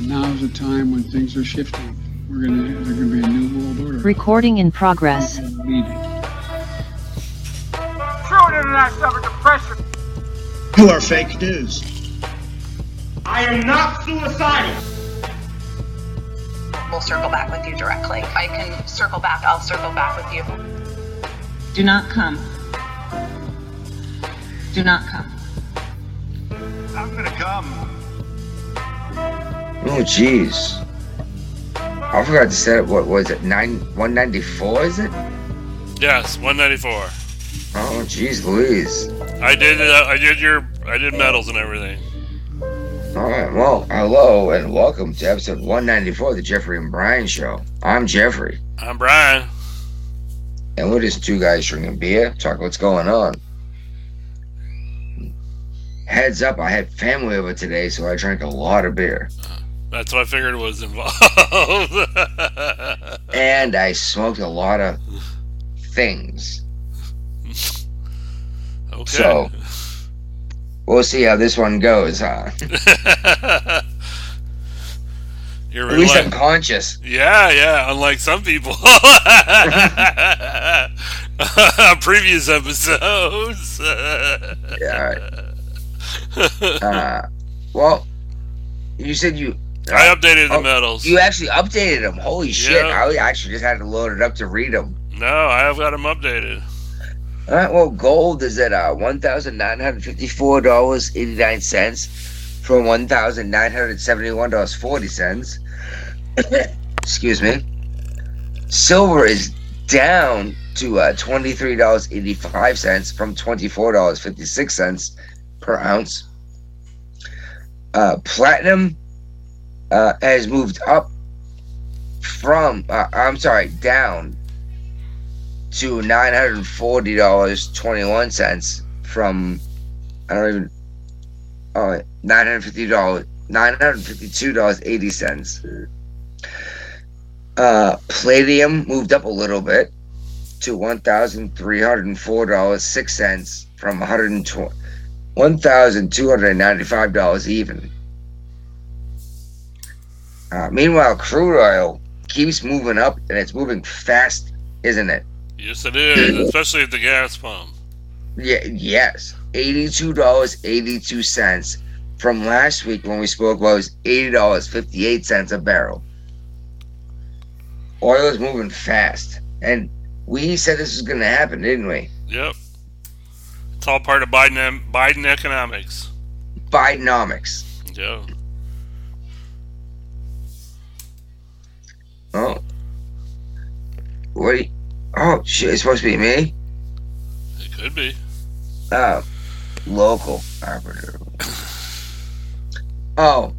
now's the time when things are shifting. We're gonna there's gonna be a new world order. Recording in progress. Needed. Tune in and I suffer depression. You are fake news. I am not suicidal. We'll circle back with you directly. If I can circle back, I'll circle back with you. Do not come. Do not come. I'm gonna come. Oh, jeez. I forgot to set it. What was it? Nine one ninety four? Is it? Yes, 194. Oh, jeez, Louise. I did. Uh, I did your. I did medals and everything. All right. Well, hello and welcome to episode one ninety four of the Jeffrey and Brian Show. I'm Jeffrey, I'm Brian. and we're just two guys drinking beer, talking what's going on. Heads up, I had family over today, so I drank a lot of beer, That's what I figured was involved. and I smoked a lot of things. okay. So we'll see how this one goes, huh? You're At least I'm like, conscious. yeah, yeah. Unlike some people. Previous episodes. Yeah. Uh, well, you said you I updated the Oh, medals. you actually updated them. Holy shit! Yeah. I actually just had to load it up to read them. No, I have got them updated. All right. Well, gold is at uh, one thousand nine hundred fifty-four dollars eighty-nine cents from one thousand nine hundred seventy-one dollars forty cents. Excuse me. Silver is down to uh, twenty-three dollars eighty-five cents from twenty-four dollars fifty-six cents per ounce. Uh, platinum uh, has moved up from uh, I'm sorry down to nine hundred and forty dollars twenty one cents from I don't even oh nine hundred fifty dollars nine hundred fifty two dollars eighty cents. Uh, palladium moved up a little bit to one thousand three hundred and four dollars six cents from one hundred and twenty one thousand two hundred and ninety five dollars even. Uh, meanwhile, crude oil keeps moving up and it's moving fast, isn't it? Yes, it is, especially at the gas pump. Yeah, yes, eighty-two dollars eighty-two cents from last week when we spoke what was eighty dollars fifty-eight cents a barrel. Oil is moving fast, and we said this was going to happen, didn't we? Yep. It's all part of Biden em- Biden economics. Bidenomics. Yeah. Oh, what? do you- oh shit! It's supposed to be me. It could be. Oh, local operator. Oh,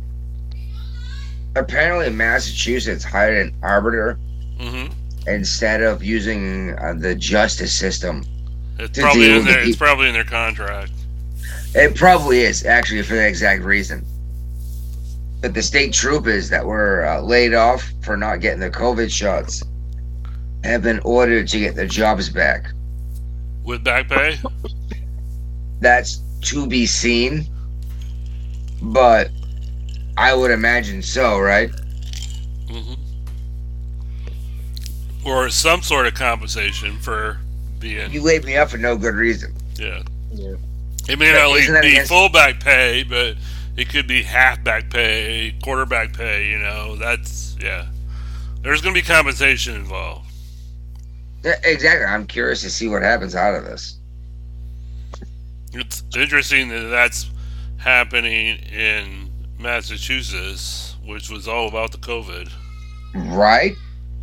apparently Massachusetts hired an arbiter Mm-hmm. instead of using uh, the justice system. It's To probably deal in with their the it's peop- probably in their contract. It probably is actually for the exact reason. But the state troopers that were uh, laid off for not getting their COVID shots have been ordered to get their jobs back. With back pay? That's to be seen, but I would imagine so, right? hmm Or some sort of compensation for being You laid me up for no good reason. yeah. Yeah. It may But not isn't that like be against- full back pay, but it could be half back pay, quarter back pay, you know. That's yeah. There's gonna be compensation involved. Yeah, E-, exactly. I'm curious to see what happens out of this. It's interesting that that's happening in Massachusetts, which was all about the COVID. Right?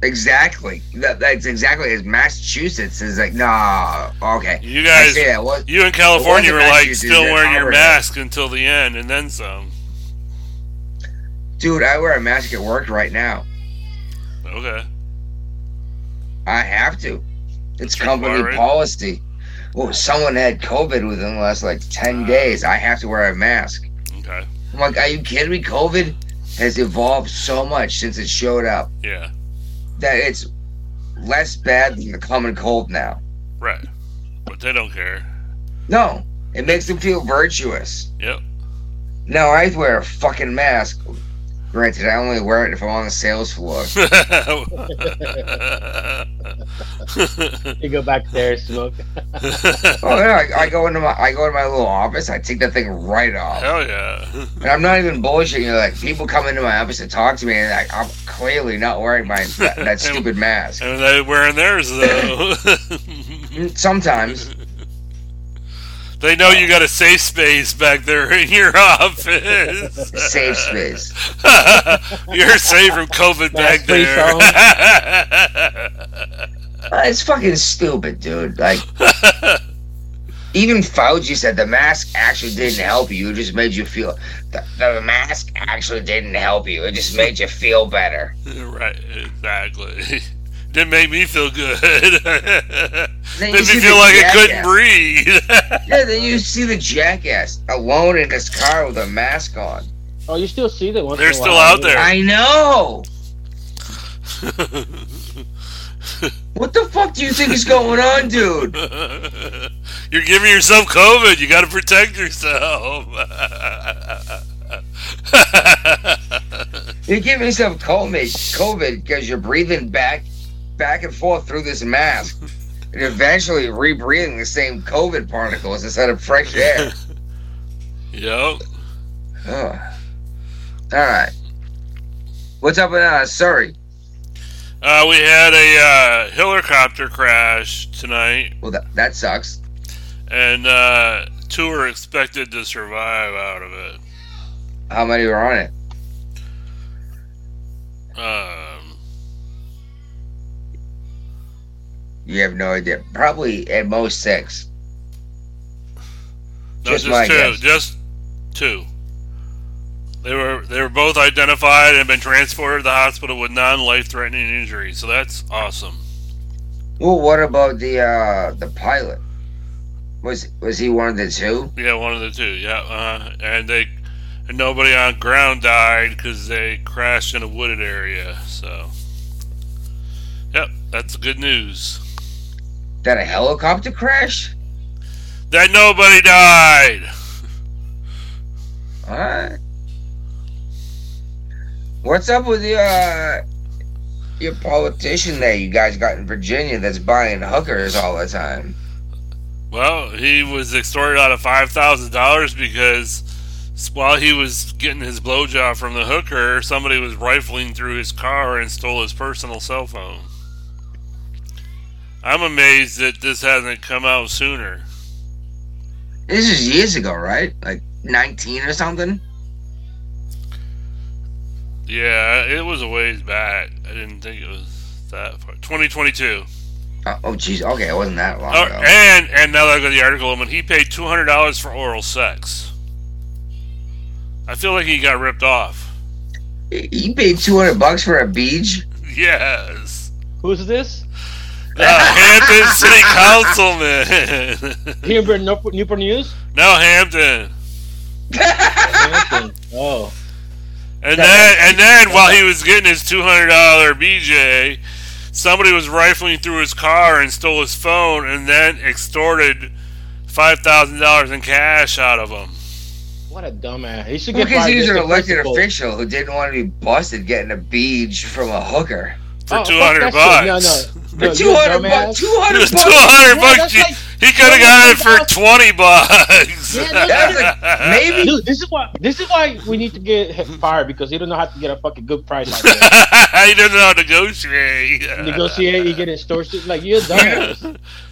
Exactly. That, that's exactly as Massachusetts is like, nah, okay. You I guys, see that. What? you in California It wasn't were like Massachusetts, still it was wearing your Alberta. mask until the end, and then some. Dude, I wear a mask at work right now. Okay, I have to. It's That's company required. policy. Well, someone had COVID within the last like 10 Uh. days. I have to wear a mask. okay, I'm like, are you kidding me? COVID has evolved so much since it showed up yeah, that it's less bad than the common cold now. right. But they don't care. No, it makes them feel virtuous. Yep. Now I wear a fucking mask Granted, I only wear it if I'm on the sales floor. You go back there, smoke. oh, yeah, I, I go into my I go into my little office. I take that thing right off. Hell yeah. And I'm not even bullshitting you. Like people come into my office and talk to me, and like, I'm clearly not wearing my that, that stupid mask. Mm, And they're wearing theirs, though. Sometimes they know you got a safe space back there in your office. safe space. You're safe from COVID back free there. Uh, It's fucking stupid, dude. Like even Fauci said the mask actually didn't help you. It just made you feel the, the mask actually didn't help you. It just made you feel better. right, exactly. Didn't make me feel good. Made me you see feel the like I jackass. couldn't breathe. Yeah, then you see the jackass alone in his car with a mask on. Oh, you still see that one? They're still out there. I know. What the fuck do you think is going on, dude? You're giving yourself COVID. You got to protect yourself. You're giving yourself COVID, COVID, because you're breathing back, back and forth through this mask, and eventually rebreathing the same COVID particles instead of fresh air. yep. Ugh. All right. What's up with uh, Surrey? Uh, we had a uh, helicopter crash tonight, Well, that, that sucks. and uh, two are expected to survive out of it. How many were on it? Um, You have no idea. Probably at most six. no, Just just, my two. guess. Just two. They were they were both identified and been transported to the hospital with non-life-threatening injuries. So that's awesome. Well, what about the uh, the pilot? Was was he one of the two? Yeah, one of the two. Yeah, uh, and they and nobody on ground died because they crashed in a wooded area. So, yep, that's good news. That a helicopter crash? That nobody died. All right. What's up with your uh, your politician there? You guys got in Virginia that's buying hookers all the time. Well, he was extorted out of five thousand dollars because while he was getting his blowjob from the hooker, somebody was rifling through his car and stole his personal cell phone. I'm amazed that this hasn't come out sooner. This is years ago, right? Like nineteen or something. Yeah, it was a ways back. I didn't think it was that far. 2022. Uh, oh, jeez. Okay, it wasn't that long Oh, ago. and and now that I got the article, I mean, he paid two hundred dollars for oral sex. I feel like he got ripped off. He- He paid two hundred bucks for a beach. Yes, Who's this? the Hampton City Councilman. Here in Newport, Newport News? no Hampton. Hampton. oh. And then, and then while he was getting his two hundred dollar BJ, somebody was rifling through his car and stole his phone, and then extorted five thousand dollars in cash out of him. What a dumbass. He should get Because fired he was just an for elected principle. official who didn't want to be busted getting a beach from a hooker. for Oh, fuck two hundred that bucks. shit. No, no. no For you two hundred dumbass. bucks. Two hundred two bucks. hundred Yeah, bucks. that's He, like- could have got it for $20. twenty bucks. Yeah, that's That was like, maybe. Dude, this is why this is why we need to get hit- fired because he don't know how to get a fucking good price out there. he doesn't know how to negotiate. Negotiate, you get extorted. Like you're a dumbass.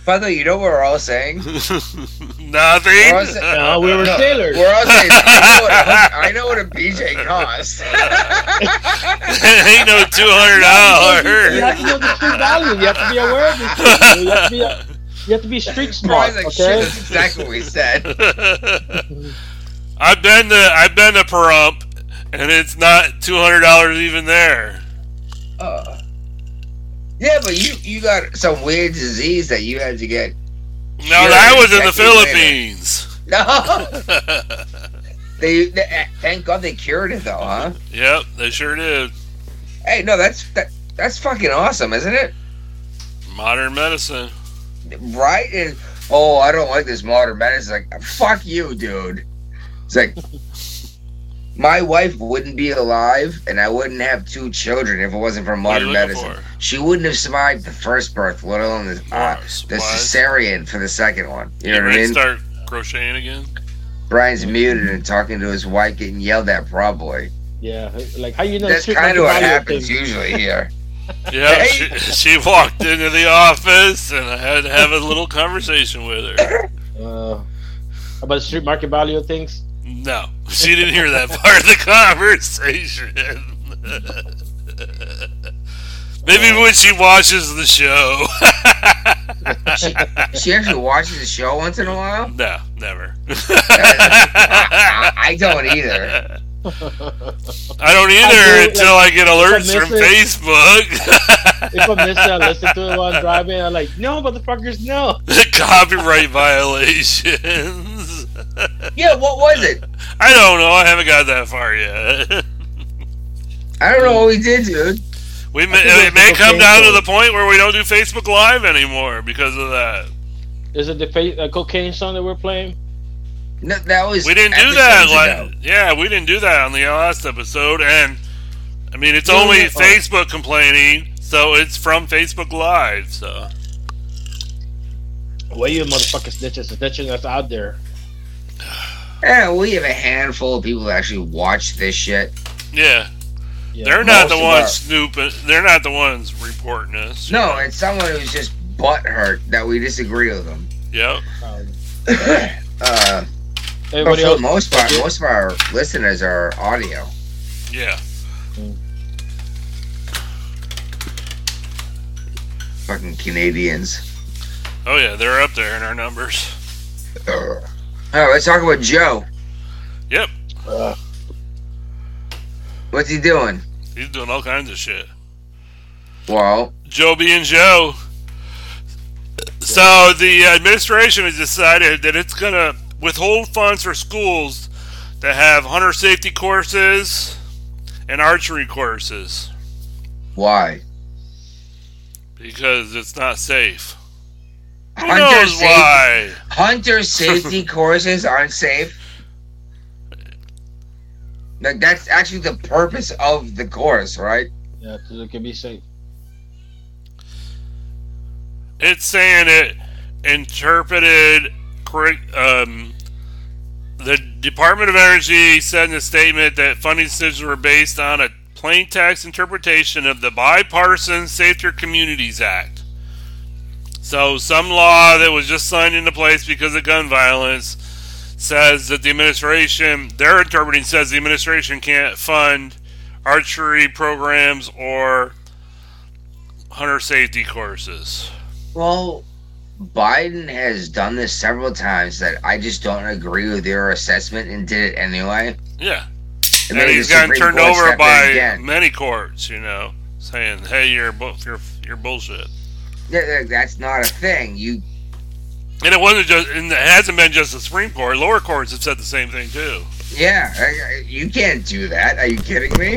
By the way, you know what we're all saying? Nothing. Or is it- No, we were sailors. We're all saying I know what a, hook- I know what a BJ costs. Ain't no two hundred You dollars. have to know the street value. You have to be aware of this. shit. You have to be, a, you have to be street smart. Brian's like, shit, okay. that's exactly what we said. I've been to I've been to Pahrump, and it's not two hundred dollars even there. Uh, yeah, but you you got some weird disease that you had to get. No, You're that was in the exactly right. Philippines. No, they, they eh, thank God they cured it though, huh? yep, they sure did. Hey, no, that's that, that's fucking awesome, isn't it? Modern medicine. Right? And oh, I don't like this modern medicine. Like, fuck you, dude. It's like my wife wouldn't be alive, and I wouldn't have two children if it wasn't for What are modern you looking medicine. for? She wouldn't have survived the first birth, let alone the, uh, Mars, the why? cesarean for the second one. You know what You I ready to mean? start crocheting again? Brian's muted and talking to his wife, getting yelled at probably. Yeah, like how you know That's shit kind like of what Mario happens thing? usually here. Yeah, Hey. she, she walked into the office and I had to have a little conversation with her. Uh, about the street market value of things. No, she didn't hear that part of the conversation. Maybe when she watches the show. She, she actually watches the show once in a while. no, never. I, I don't either. I don't either do, until I get alerts I from miss Facebook. If I miss it, I listen to it while I'm driving. I'm like, no, motherfuckers, no. Copyright violations. Yeah, what was it? I don't know. I haven't got that far yet. I don't know what we did, dude. We may, think it may that's come okay, down to though. the point where we don't do Facebook Live anymore because of that. Is it the fa- uh, cocaine song that we're playing? No, that was We didn't do that. episodes Like, yeah, we didn't do that on the last episode. And I mean, it's No, only uh, no, oh. Facebook complaining, so it's from Facebook Live. So Well, you motherfucking snitches, snitching us out there. ago. Yeah, we have a handful of people that actually watch this shit. yeah, Yeah. they're not most the of ones our- snooping. They're not the ones reporting us. No, it's someone who's just butthurt that we disagree with them. Yep. Um, Uh, but everybody for the else, most part, most of our listeners are audio. Yeah. Fucking Canadians. Oh yeah, they're up there in our numbers. Ugh. All right, let's talk about Joe. Yep. uh, What's he doing? He's doing all kinds of shit. Well, Joby and Joe. So the administration has decided that it's going to withhold funds for schools that have hunter safety courses and archery courses why? because it's not safe. Who Hunter knows safety- why? Hunter safety courses aren't safe. Like that's actually the purpose of the course, right? yeah, so it can be safe. It's saying it interpreted correct. Um, the Department of Energy said in a statement that funding decisions were based on a plain text interpretation of the Bipartisan Safer Communities Act. So, some law that was just signed into place because of gun violence says that the administration, they're interpreting, says the administration can't fund archery programs or hunter safety courses. Well, Biden has done this several times that I just don't agree with their assessment and did it anyway. Yeah. It And made he's the gotten Supreme turned Court step over in by again. many courts, you know, saying, "Hey, you're bu- you're you're bullshit." Yeah, yeah, That's not a thing. You And it wasn't just, and it hasn't been just the Supreme Court. Lower courts have said the same thing too. Yeah, I- I- you can't do that. Are you kidding me?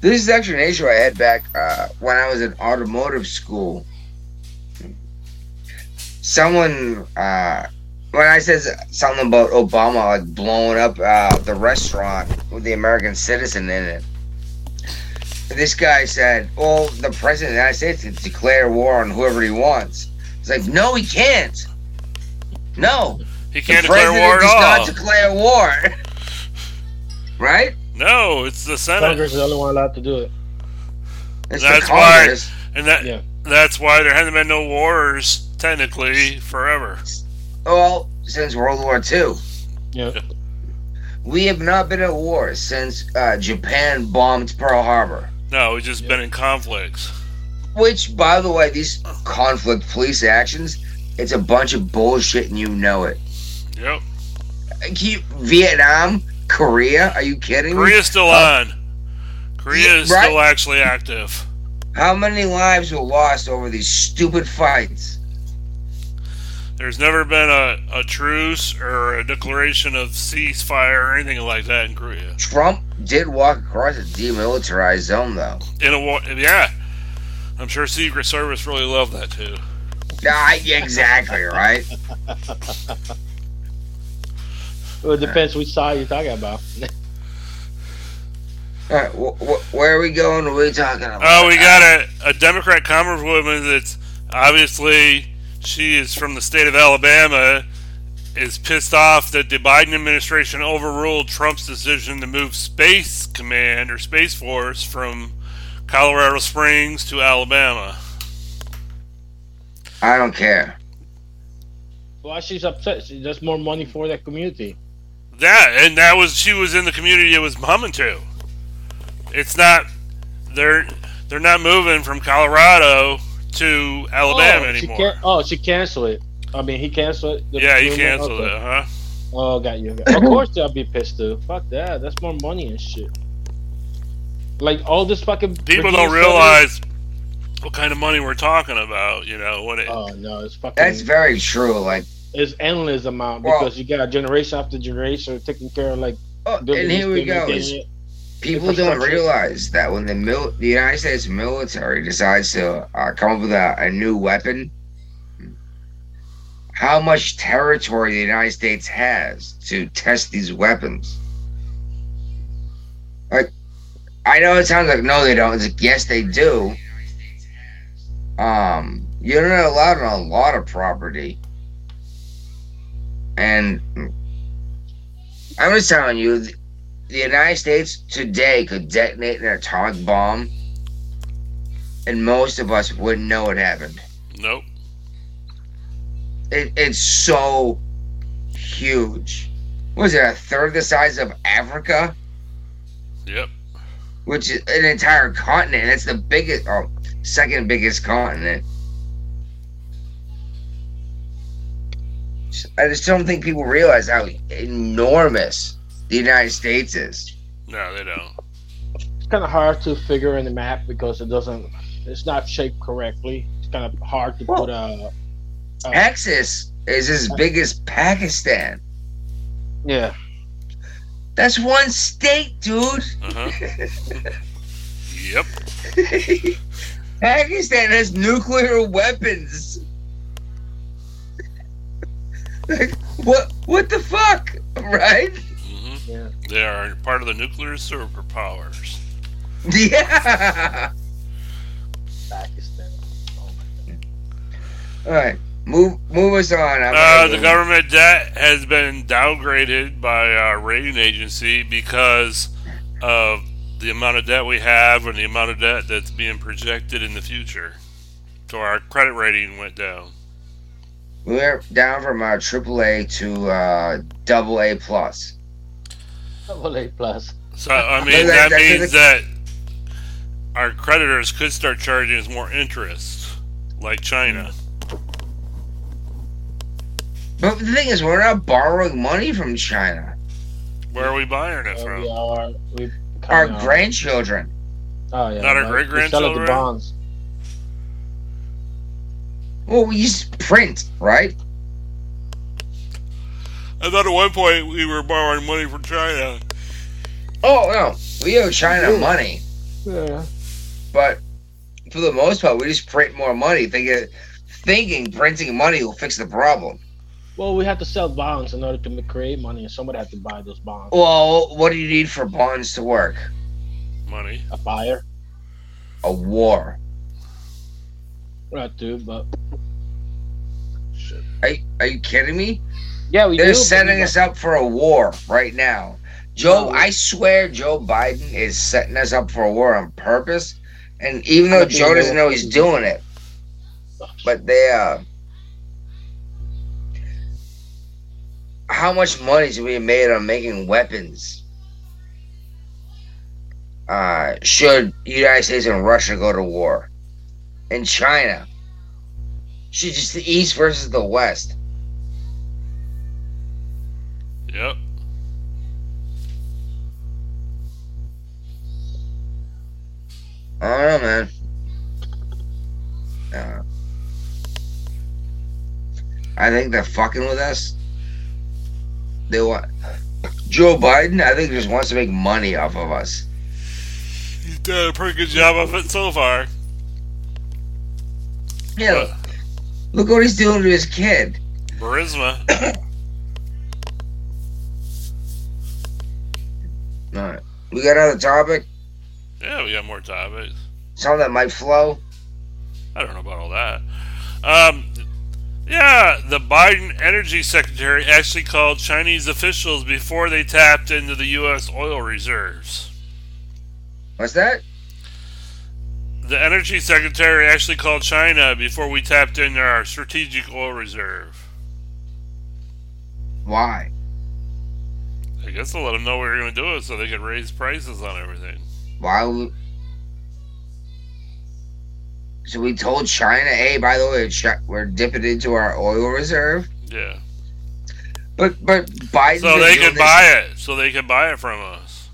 This is actually an issue I had back uh, when I was in automotive school. Someone, uh, when I said something about Obama like blowing up uh, the restaurant with the American citizen in it, this guy said, "Well, the president of the United States can declare war on whoever he wants." It's like, no, he can't. No, He the can't declare president war does at all. not declare war. right? no, it's the Senate, Congress is the only one allowed to do it. It's That's the Congress. and that Yeah. that's why there hasn't been no wars technically forever. Well, since World War II, Yeah, we have not been at war since uh, Japan bombed Pearl Harbor. No, it's just been in conflicts. Which, by the way, these conflict police actions, it's a bunch of bullshit and you know it. Yep, Mm-hmm. Like, you- Vietnam, Korea, are you kidding me? Korea's still on. Korea is Uh, Yeah, right. still actually active. How many lives were lost over these stupid fights? There's never been a, a truce or a declaration of ceasefire or anything like that in Korea. Trump did walk across a demilitarized zone, though. in a war. Yeah, I'm sure Secret Service really loved that too. Yeah, I- exactly, right? Well, it depends which side you're talking about. All right, wh- wh- where are we going? What are we talking about? Oh, we got a, a Democrat congresswoman that's obviously she is from the state of Alabama is pissed off that the Biden administration overruled Trump's decision to move Space Command or Space Force from Colorado Springs to Alabama. I don't care. Why she's upset? She, there's more money for that community. That and that was she was in the community it was humming to. It's not they're they're not moving from Colorado to Alabama oh, she anymore. can- oh, she canceled it. I mean, he canceled it. The yeah, you agreement? canceled Okay. it, huh? Oh, got you. Of course, they'll be pissed too. Fuck that. That's more money and shit. Like all this fucking People Virginia don't realize what kind of money we're talking about. You know what it. Southern- Oh no, it's fucking. That's very true. Like, it's endless amount Well- because you got generation after generation taking care of like. oh, and building here we this, go. building is that. People don't Infrastructure. realize that when the mil- the United States military decides to uh, come up with a, a new weapon, how much territory the United States has to test these weapons. Like, I know it sounds like no, they don't. It's like, yes, they do. Um, you're not allowed on a lot of property, and I'm just telling you, the United States today could detonate an atomic bomb, and most of us wouldn't know it happened. Nope. It, it's so huge. Was it a third the size of Africa? Yep. which is an entire continent. It's the biggest, or second biggest continent. I just don't think people realize how enormous the United States is. No, they don't. It's kind of hard to figure in the map because it doesn't. It's not shaped correctly. It's kind of hard to put a. Texas is as big as Pakistan. Yeah. That's one state, dude. Uh huh. yep. Pakistan has nuclear weapons. like, what? What the fuck? Right? hmm Yeah. They are part of the nuclear superpowers. Yeah. Pakistan. Oh All right, move move us on. I'm Uh, the gonna- government debt has been downgraded by our rating agency because of the amount of debt we have and the amount of debt that's being projected in the future. So our credit rating went down. We're down from uh, AAA to uh, double A plus. Double A plus. So I mean That- that that's means it. that our creditors could start charging us more interest, like China. Hmm. But the thing is, we're not borrowing money from China. Where are we buying it Oh, Yeah, from? we are. We Our kinda- grandchildren. Oh, yeah, Not our right. great We sell it grandchildren? to bonds. Well, we just print, right? I thought at one point we were borrowing money from China. Oh no, we owe China money, Yeah. but for the most part, we just print more money, thinking thinking printing money will fix the problem. Well, we have to sell bonds in order to ma- create money, and somebody had to buy those bonds. Well, what do you need for bonds to work? Money. A buyer, A war. not two, but Are, are you kidding me? yeah, we They're do. setting but- us up for a war right now. Joe, No. I swear Joe Biden is setting us up for a war on purpose. And even though Nothing Joe doesn't more. know he's doing it, but they uh how much money is being made on making weapons? Uh should United States and Russia go to war? And China. Should just the East versus the West. Yep. I don't know, man. Uh, I think they're fucking with us. They want Joe Biden. I think just wants to make money off of us. He's done a pretty good job of it so far. Yeah, But look what he's doing to his kid. Burisma. All right. We got another topic. Yeah, we got more topics. Something that might flow. I don't know about all that. Um, yeah, the Biden energy secretary actually called Chinese officials before they tapped into the U.S. oil reserves. What's that? The energy secretary actually called China before we tapped into our strategic oil reserve. Why? I guess they'll let them know we were going to do it so they could raise prices on everything. Why? would- So we told China, hey, by the way, Chi- we're dipping into our oil reserve. Yeah. But but Biden. So they could buy it. So they could buy it from us.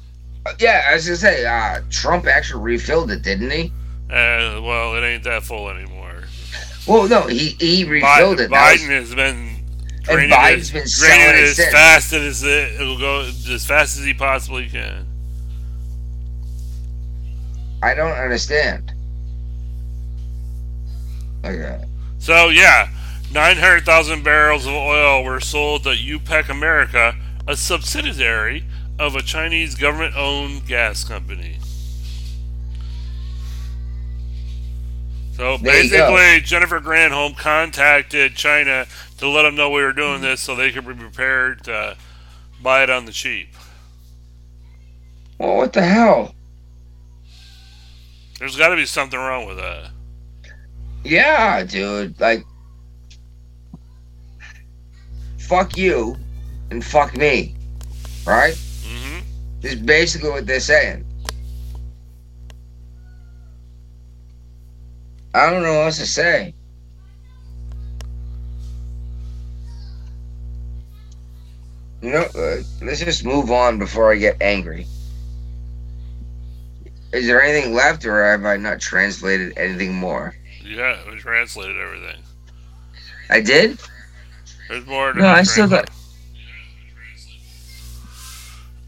Yeah, I was gonna say, uh, Trump actually refilled it, didn't he? Uh, well, it ain't that full anymore. Well, no, he he Bi- refilled it. That was- Biden has been draining Biden's it, been selling draining it it as since. fast as it, it'll go, as fast as he possibly can. I don't understand. uh, Okay. So yeah, 900,000 barrels of oil were sold to UPEC America, a subsidiary of a Chinese government-owned gas company. So There you go. basically, Jennifer Granholm contacted China to let them know we were doing this, so they could be prepared to buy it on the cheap. Well, what the hell? There's got to be something wrong with that. Yeah, dude. Like, fuck you, and fuck me. Right? hmm This is basically what they're saying. I don't know what else to say. You know, uh, let's just move on before I get angry. Is there anything left, or have I not translated anything more? Yeah, we translated everything. I did. There's more. To No, be I still translated.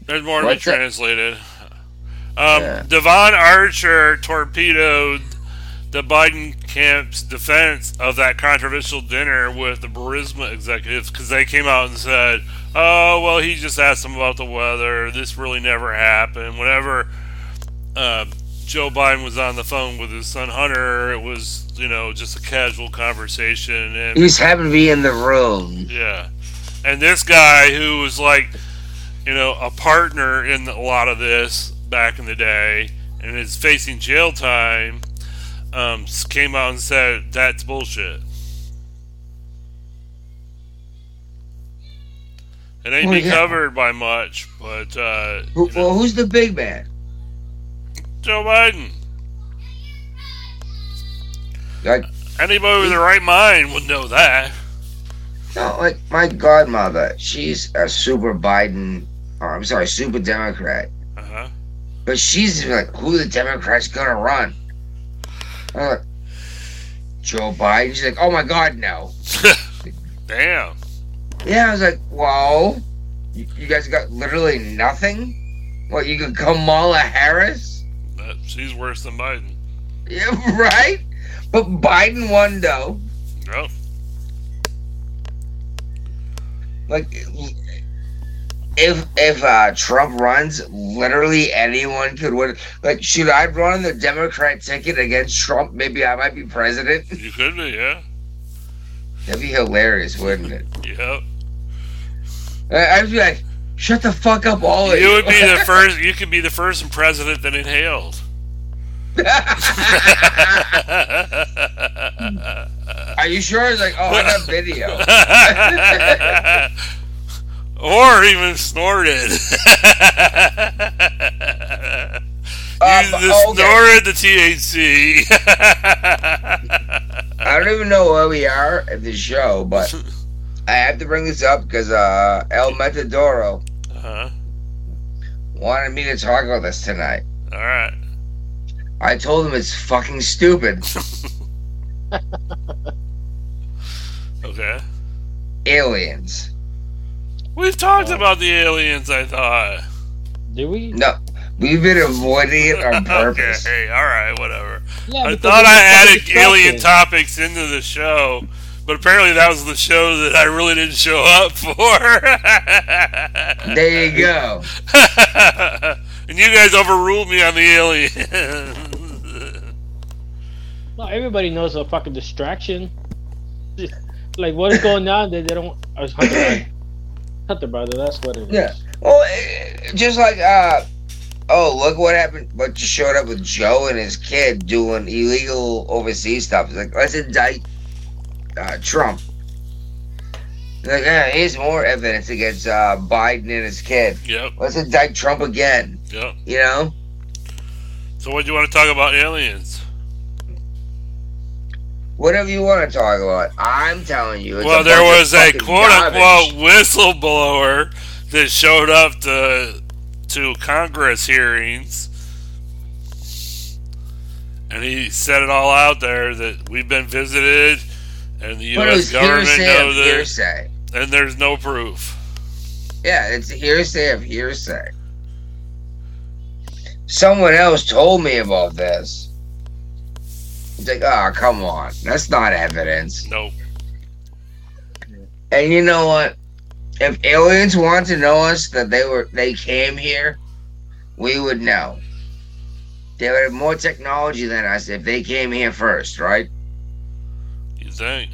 There's more to be What's that? translated. Um, Yeah. Devon Archer torpedoed the Biden camp's defense of that controversial dinner with the Burisma executives because they came out and said, "Oh, well, he just asked them about the weather. This really never happened." Whenever uh, Joe Biden was on the phone with his son Hunter, it was you know just a casual conversation, and He's happened to be in the room. yeah. And this guy who was like, you know, a partner in a lot of this back in the day and is facing jail time um, s- came out and said, that's bullshit. It ain't Well, be yeah. covered by much, but uh, Who, you know, well, who's the big man? Joe Biden, Like, anybody with the right mind would know that. no, like my godmother. She's a super Biden. Or I'm sorry, super Democrat. Uh huh. But she's like, who the Democrats gonna run? I'm like, Joe Biden. She's like, oh my God, no. Damn. Yeah, I was like, whoa, you, you guys got literally nothing. What you got Kamala Harris? That, she's worse than Biden. Yeah, right. But Biden won though. Nope. Like, if if uh, Trump runs, literally anyone could win. Like, should I run the Democrat ticket against Trump? Maybe I might be president. You could be, yeah. That'd be hilarious, wouldn't it? Yep. I- I'd be like, shut the fuck up, all of you. You would be the first. You could be the first president that inhaled. Are you sure? It's like, oh, I got video. or even snorted. Um, you oh, okay. snorted the THC. I don't even know where we are at the show, but I have to bring this up because uh, El Matadoro uh-huh. wanted me to talk about this tonight. All right. I told him it's fucking stupid, Okay. aliens. We've talked about the aliens. I thought. Did we? No, we've been avoiding it on purpose. Okay. All right. Whatever. Yeah, I because thought it I was added fucking alien disgusting. topics into the show But apparently that was the show that I really didn't show up for. There you go. and you guys overruled me on the alien. Well, everybody knows a fucking distraction. Like, what is going on that they don't. I was Hunter, right? Hunter, brother, that's what it is. Yeah. Well, eh, just like uh, oh look what happened, but you showed up with Joe and his kid doing illegal overseas stuff. It's like let's indict uh, Trump. Like yeah, here's more evidence against uh, Biden and his kid. yep, Let's indict Trump again. yep. You know? So what do you want to talk about aliens? Whatever you want to talk about, I'm telling you. It's well, a there bunch of was a fucking quote garbage. unquote whistleblower that showed up to to Congress hearings, and he said it all out there that we've been visited, and the But it U.S. was government hearsay of knows this, hearsay. and there's no proof. Yeah, it's hearsay of hearsay. Someone else told me about this. It's like, oh, come on. That's not evidence. No, And you know what? If aliens want to know us that they were they came here, we would know. They would have more technology than us if they came here first, right? you think?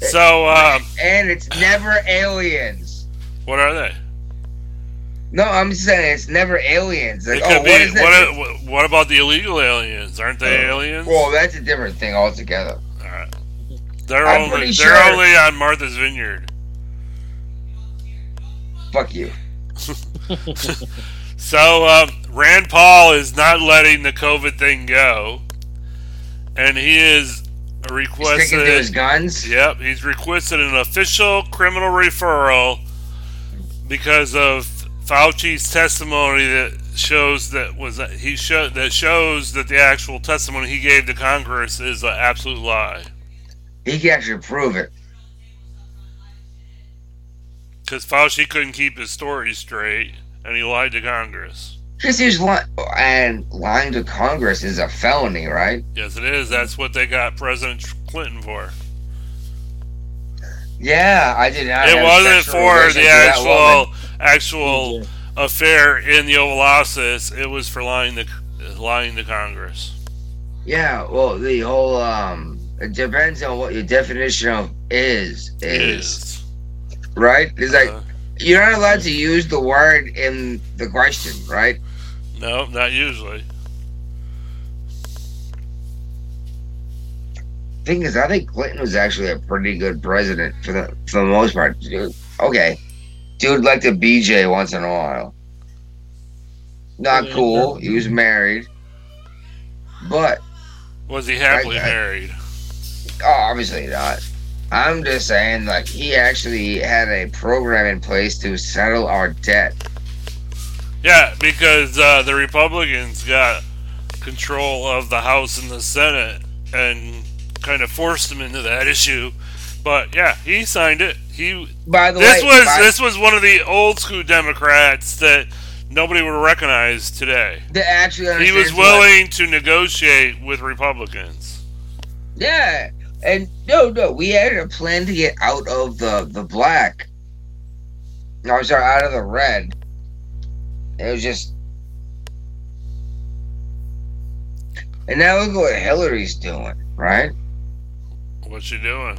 So, um, And it's never aliens. what are they? No, I'm just saying it's never aliens. Like, It could oh, be. what is that? What, are- what, what about the illegal aliens? Aren't they aliens? Well, that's a different thing altogether. Alright. They're I'm only pretty they're sure- only on Martha's Vineyard. Fuck you. So um, Rand Paul is not letting the COVID thing go, and he is He's sticking to his requested. guns. Yep, he's requested an official criminal referral because of Fauci's testimony that shows that was he showed that shows that the actual testimony he gave to Congress is an absolute lie. He can actually prove it. Because Fauci couldn't keep his story straight, and he lied to Congress. Because he's lying, and lying to Congress is a felony, right? Yes, it is. That's what they got President Clinton for. Yeah, I did not. it have wasn't sexual for relations the with that woman. actual actual affair in the Oval Office. It was for lying to lying to Congress. Yeah, well, the whole um, it depends on what your definition of is It is, is. right? It's like Uh, you're not allowed to use the word in the question, right? no, not usually. Thing is, I think Clinton was actually a pretty good president for the for the most part. Dude, okay, dude liked a BJ once in a while. Not Yeah. cool. He was married, but Was he happily I- I- married? Oh, obviously not. I'm just saying, like, he actually had a program in place to settle our debt. Yeah, because uh, the Republicans got control of the House and the Senate and kind of forced them into that issue. But yeah, he signed it. He By the this way, was by- this was one of the old school Democrats that nobody would recognize today. they actually He was understands what- willing to negotiate with Republicans. Yeah, and no, no, we had a plan to get out of the the black. No, I'm sorry, out of the red. It was just, and now look what Hillary's doing, right? What you doing?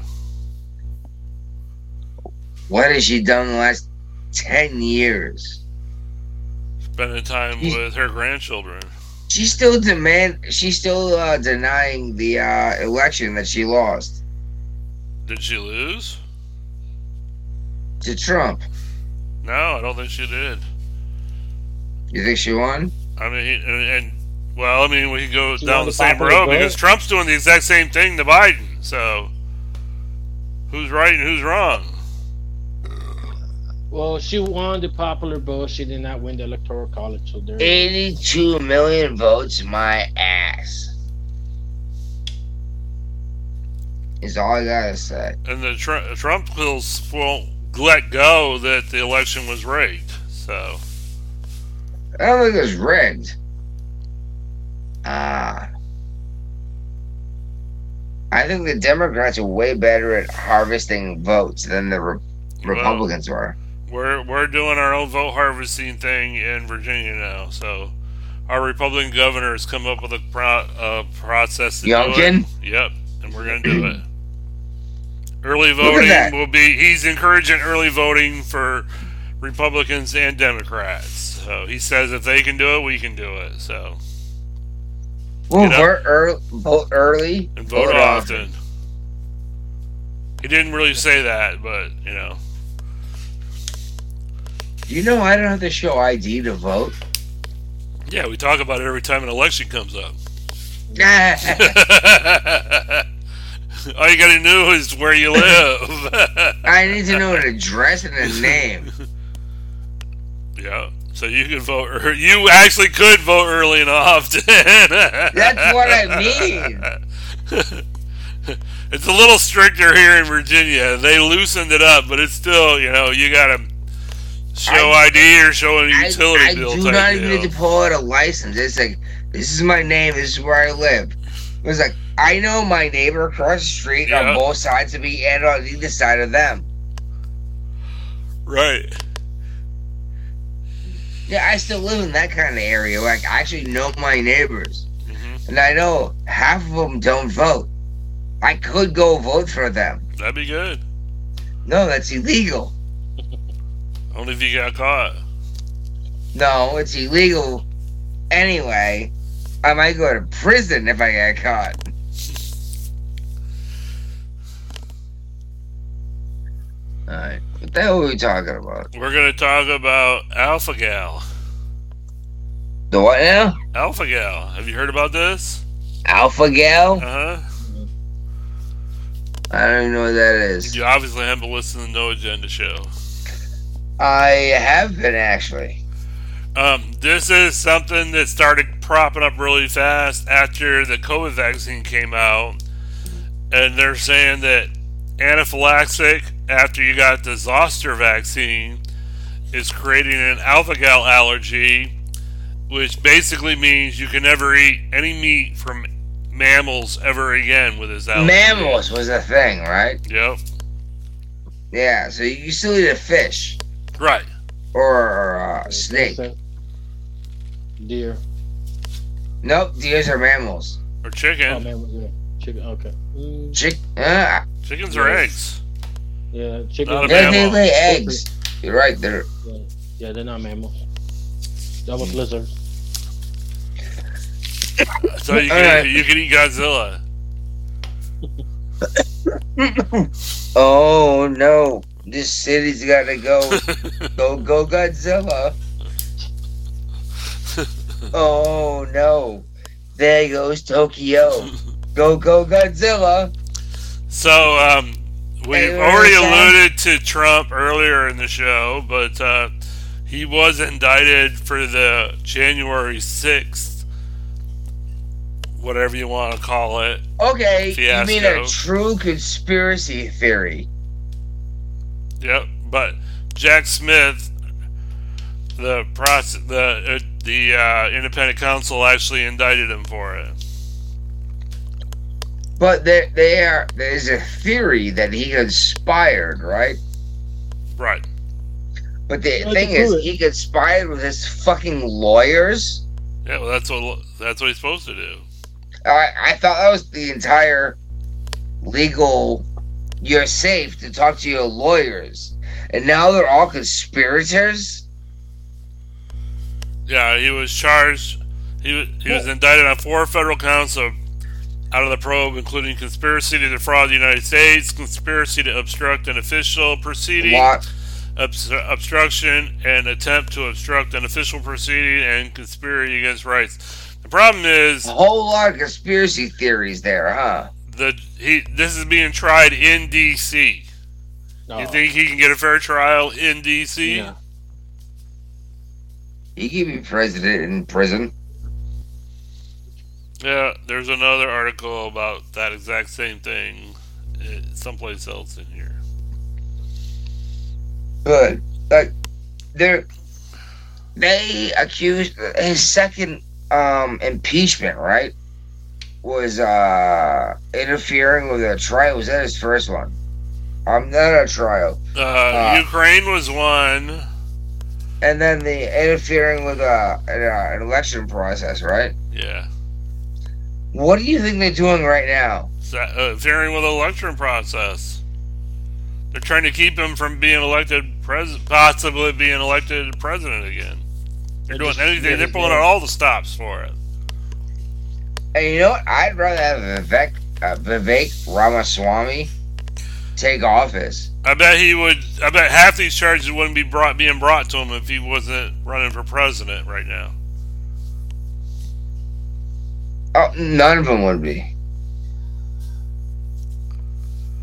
What has she done in the last ten years? Spending time He's- with her grandchildren. She still demand. She's still uh, denying the uh, election that she lost Did she lose? to Trump. No, I don't think she did. You think she won? I mean, and, and well, I mean, we could go She down won the the same popular road vote. because Trump's doing the exact same thing to Biden. So, who's right and who's wrong? Well, she won the popular vote. She did not win the electoral college, so there. Eighty-two million votes. My ass. Is all I gotta say. And the Tr- Trump bills won't let go that the election was rigged. So, I don't think it was rigged. Ah. I think the Democrats are way better at harvesting votes than the Re- Republicans were. We're we're doing our own vote harvesting thing in Virginia now. So our Republican governor has come up with a pro- uh, process. To do it. Youngkin? Yep, and we're gonna do it. Early at that. voting will be. He's encouraging early voting for Republicans and Democrats. So he says if they can do it, we can do it. So Well, Get up. vote, early, vote early, and vote, often. He didn't really say that, but you know, You know, I don't have to show ID to vote. yeah, we talk about it every time an election comes up. I All you gotta know is where you live. need to know an address and a name. yeah. So you could vote. ear- You actually could vote early and often. That's what I mean. It's a little stricter here in Virginia. They loosened it up, but it's still, you know, you gotta show ID or show a I, utility I bill do type not even deal. need to pull out a license. It's like, this is my name, this is where I live. It was like, I know my neighbor across the street Yeah. on both sides of me and on either side of them. right. Yeah, I still live in that kind of area. Like, I actually know my neighbors. hmm And I know half of them don't vote. I could go vote for them. That'd be good. No, that's illegal. Only if you got caught. No, it's illegal. Anyway, I might go to prison if I get caught. Alright, what the hell were we talking about? We're gonna talk about Alpha Gal. The what now? Alpha Gal. Have you heard about this? Alpha Gal? Uh huh. I don't even know what that is. You obviously haven't listened to No Agenda Show. I have been actually. Um, this is something that started propping up really fast after the COVID vaccine came out, and they're saying that anaphylaxis after you got the zoster vaccine is creating an alpha gal allergy, which basically means you can never eat any meat from mammals ever again with this allergy. Mammals was a thing, right? Yep. Yeah, so you can still eat a fish Right. or a snake. Deer. Nope, deers are mammals. Or Oh chicken. man, was there chicken. Okay. Mm, Chick, uh, Chickens are eggs. yeah, chicken. Not a yeah, they mammal. lay eggs. You're right, they're Yeah, they're not mammals. That was lizards. So you can, Alright. you can eat Godzilla. Oh no! This city's gotta go, go, go, Godzilla! Oh no! There goes Tokyo! Go, go, Godzilla! So um, Hey, we've what already was that? alluded to Trump earlier in the show, but uh, he was indicted for the January sixth, whatever you want to call it. Okay, you mean a Fiasco. true conspiracy theory? Yep. But Jack Smith, the process, the uh, the uh, independent counsel actually indicted him for it. But there, they are. There's a theory that he conspired, right? Right. But the I thing can is, prove it. he conspired with his fucking lawyers. Yeah. Well, that's what that's what he's supposed to do. I, I thought that was the entire legal. You're safe to talk to your lawyers, and now they're all conspirators. Yeah, he was charged. He, wa- he was indicted on four federal counts of out of the probe, including conspiracy to defraud the United States, conspiracy to obstruct an official proceeding, What? obs- obstruction and attempt to obstruct an official proceeding, and conspiracy against rights. The problem is A whole lot of conspiracy theories there, huh? the he. This is being tried in D.C. No. You think he can get a fair trial in D.C.? Oh. Yeah. He could be president in prison. Yeah, there's another article about that exact same thing eh, someplace else in here. Good. Like they're they accused his second um impeachment, right? was uh, interfering with a trial. Was that his first one? I'm not a trial. Uh, Ukraine was one. And then the interfering with uh, an, uh, an election process, right? Yeah. What do you think they're doing right now? So, uh, interfering with the election process. They're trying to keep him from being elected pres, possibly being elected president again. They're doing anything. They're pulling out all the stops for it. And you know what? I'd rather have Vivek, uh, Vivek Ramaswamy take office. I bet he would. I bet half these charges wouldn't be brought being brought to him if he wasn't running for president right now. Oh, none of them would be.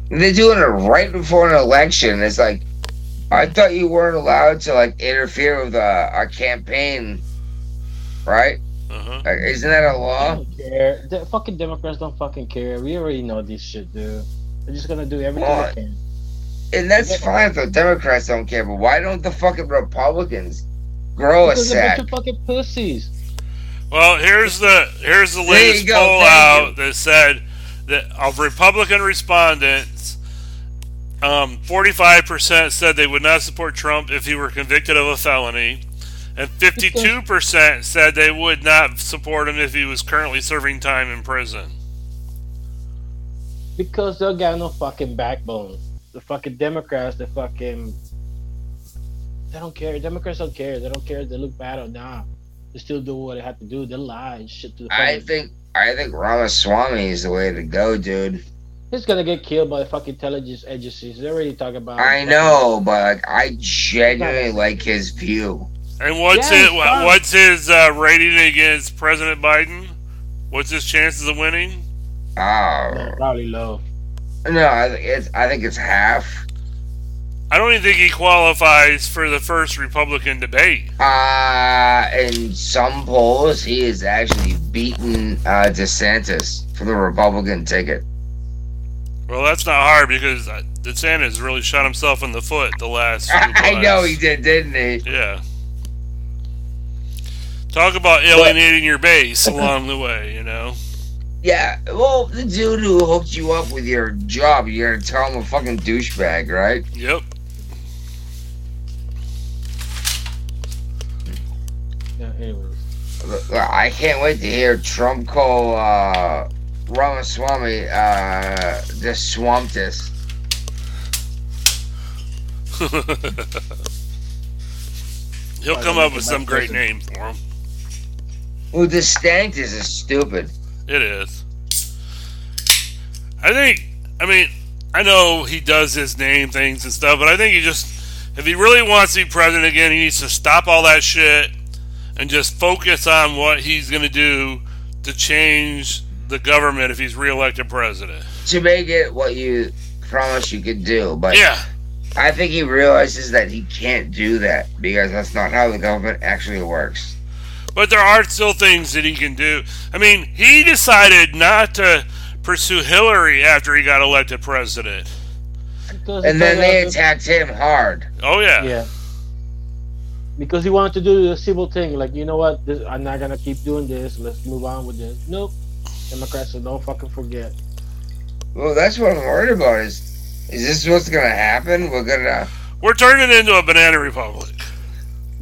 They're doing it right before an election. It's like, I thought you weren't allowed to like interfere with a, a campaign, right? Uh-huh. Like, isn't that a I law? don't care. The fucking Democrats don't fucking care. We already know this shit, dude. They're just gonna do everything Well, they can. And that's fine if the Democrats don't care, but why don't the fucking Republicans grow a Because they're a sack? bunch of fucking pussies. Well, here's the here's the you latest go, poll thank out that said that of Republican respondents, um, forty-five percent said they would not support Trump if he were convicted of a felony, and fifty-two percent said they would not support him if he was currently serving time in prison. Because they got no fucking backbone. The fucking Democrats, the fucking they don't care. Democrats don't care. They don't care if they look bad or not. They still do what they have to do. They lie and shit to the I public. think I think Ramaswamy is the way to go, dude. He's gonna get killed by the fucking intelligence agencies. They already talk about. I know, but like, I genuinely like his view. And what's Yes, it? fuck. What's his uh, rating against President Biden? What's his chances of winning? Oh No, probably low. no, I think it's I think it's half. I don't even think he qualifies for the first Republican debate. Uh, in some polls, he is actually beaten uh, DeSantis for the Republican ticket. Well, that's not hard because uh, DeSantis really shot himself in the foot the last. Few I know he months. did, didn't he? Yeah. Talk about alienating your base along the way, you know. Yeah. Well, the dude who hooked you up with your job, you're gonna tell him a fucking douchebag, right? Yep. Yeah, anyways. I can't wait to hear Trump call uh, Ramaswamy uh, the swamptest. He'll come up with some great name for him. Well, the stanktest is stupid. It is. I think. I mean, I know he does his name things and stuff, but I think he just, if he really wants to be president again, he needs to stop all that shit and just focus on what he's going to do to change the government if he's reelected president. To make it what you promised you could do, but Yeah. I think he realizes that he can't do that because that's not how the government actually works. But there are still things that he can do. I mean, he decided not to pursue Hillary after he got elected president. Because And then they talk they about- attacked him hard. Oh, yeah. Yeah. Because he wanted to do the civil thing, like you know what, this, I'm not gonna keep doing this. Let's move on with this. Nope. Democrats, so don't fucking forget. Well, that's what I'm worried about. Is is this what's gonna happen? We're gonna We're turning into a banana republic.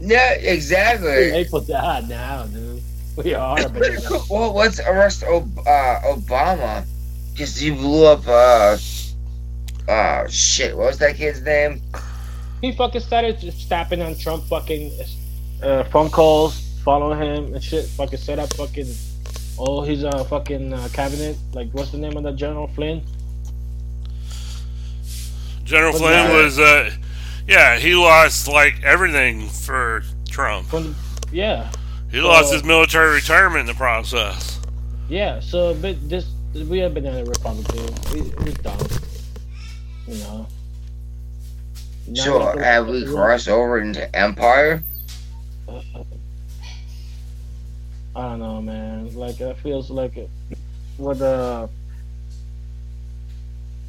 yeah, exactly. April died now, dude. We are, but you know, well, let's arrest Ob- uh, Obama because he blew up. Uh, uh, shit. What was that kid's name? he fucking started just stapping on Trump fucking uh, phone calls, following him and shit. Fucking set up fucking all his uh, fucking uh, cabinet. Like what's the name of that General Flynn? General Wasn't Flynn that- was, uh, yeah, he lost like everything for Trump. From the, yeah, He lost Oh. his military retirement in the process. Yeah, so but this we have been at a republic, dude. We, we're dumb. You know. Now So that- have we crossed over into empire? I don't know, man. Like it feels like it. What uh,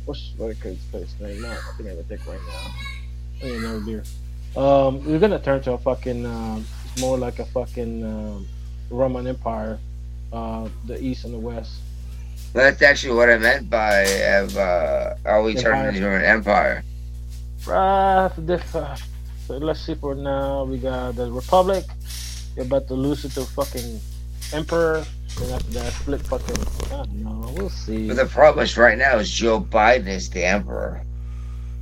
what's what his face name? No, I think I have a dick right now. I ain't no beer. Um, we're gonna turn to a fucking um, it's more like a fucking um, Roman Empire, uh, the East and the West. Well, that's actually what I meant by have, uh, are we turning into an empire? Uh, the, uh, so let's see for now. We got the Republic. You're about to lose it to fucking Emperor. And after that, split fucking. I don't know. We'll see. But the problem is right now is Joe Biden is the emperor.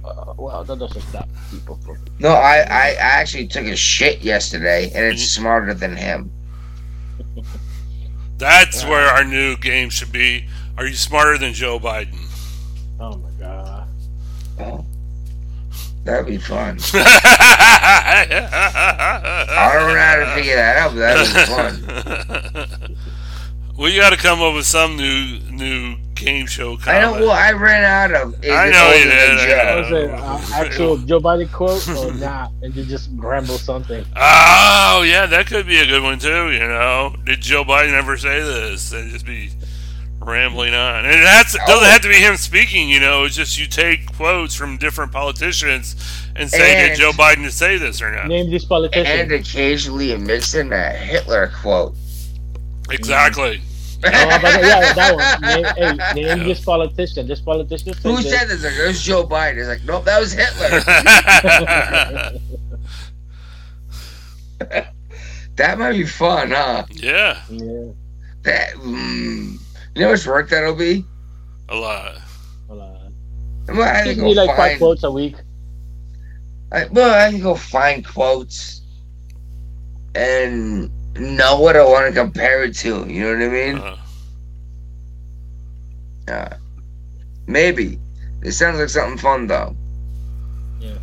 Uh, well, that doesn't stop people from. No, I, I I actually took a shit yesterday, and it's smarter than him. That's where our new game should be. Are you smarter than Joe Biden? Oh my god. That'd be fun. I don't know how to E figure that out, but that'd be fun. we got to come up with some new new game show. I Comment. know. Well, I ran out of. Is I it know older you than did, I Joe? know. Was it uh, actual Joe Biden quote or not? And you just ramble something. Oh yeah, that could be a good one too. You know, did Joe Biden ever say this? And just be rambling on, and that's it doesn't have to be him speaking. You know, it's just you take quotes from different politicians and say, And- did Joe Biden say this or not? Name this politician. And occasionally a mix in a Hitler quote. Exactly. Oh, but, yeah, that one. Name, hey, name this politician. This politician. said Who this. said this? Like, it was Joe Biden. It's like, nope, that was Hitler. that might be fun, huh? yeah, Yeah. That, mm, you know how much work that'll be? a lot. Hold on. I'm gonna have to Just go need like five find. quotes a week. I, well, I can go find quotes and know what I want to compare it to. You know what I mean? Uh, Uh, maybe. It sounds like something fun though. Yeah.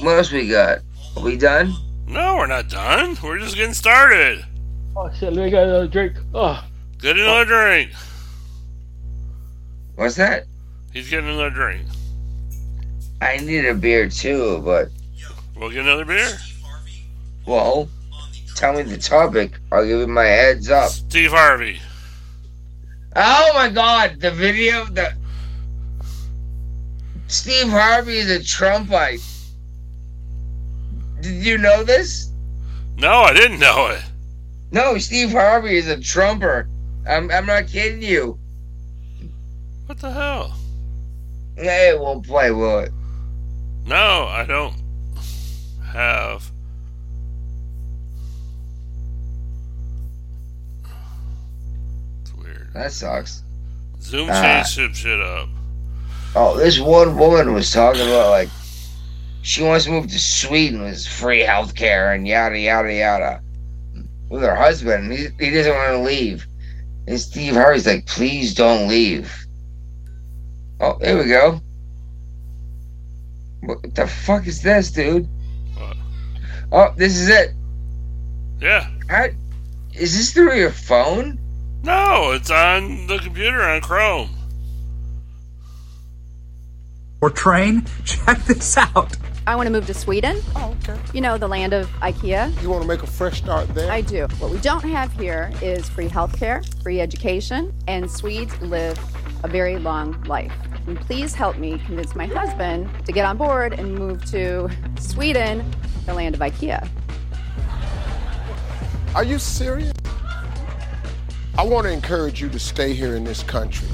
What else we got? Are we done? no, we're not done. We're just getting started. Oh shit! Let me get another drink. Oh, Get another drink. What's that? He's getting another drink. I need a beer too, but We'll get another beer. well, tell me the topic. I'll give you my heads up. Steve Harvey. Oh my God! The video of the Steve Harvey is a Trumpite. Did you know this? No, I didn't know it. No, Steve Harvey is a Trumper. I'm I'm not kidding you. What the hell? Yeah, it won't play, will it? No, I don't have. It's weird. That sucks. Zoom Ah. changed some shit up. Oh, this one woman was talking about like she wants to move to Sweden with free healthcare and yada yada yada with her husband. He, he doesn't want to leave. And Steve Harvey's like, please don't leave. Oh, there we go. What the fuck is this, dude? What? Oh, this is it. Yeah. How, is this through your phone? No, it's on the computer on Chrome. or train. Check this out. I want to move to Sweden. Oh, okay. You know, the land of IKEA. You want to make a fresh start there? I do. What we don't have here is free healthcare, free education, and Swedes live a very long life. And please help me convince my husband to get on board and move to Sweden, the land of IKEA. Are you serious? I want to encourage you to stay here in this country.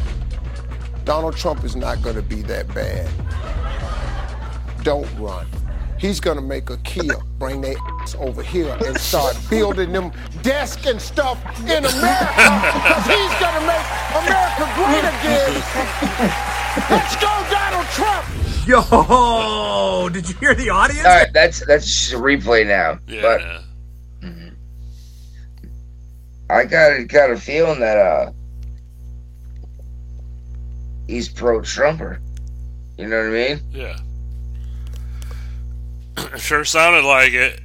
Donald Trump is not going to be that bad. Don't run. He's going to make a kill, bring their ass over here and start building them desks and stuff in America because he's going to make America great again. Let's go, Donald Trump! Yo, did you hear the audience? All right, that's that's just a replay now. Yeah. But I got got a feeling that uh he's pro Trumper. You know what I mean? yeah. It sure sounded like it.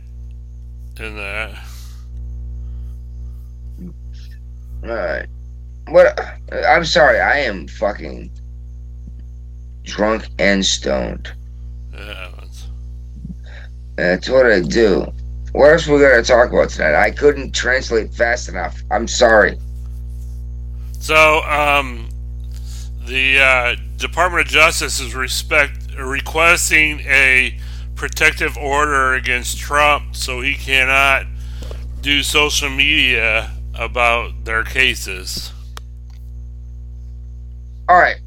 In that. Alright. What uh, I'm sorry, I am fucking drunk and stoned. Yeah. it's- That's what I do. What else we gonna talk about tonight? I couldn't translate fast enough. I'm sorry. So, um, the uh, Department of Justice is respect requesting a protective order against Trump, so he cannot do social media about their cases. All right.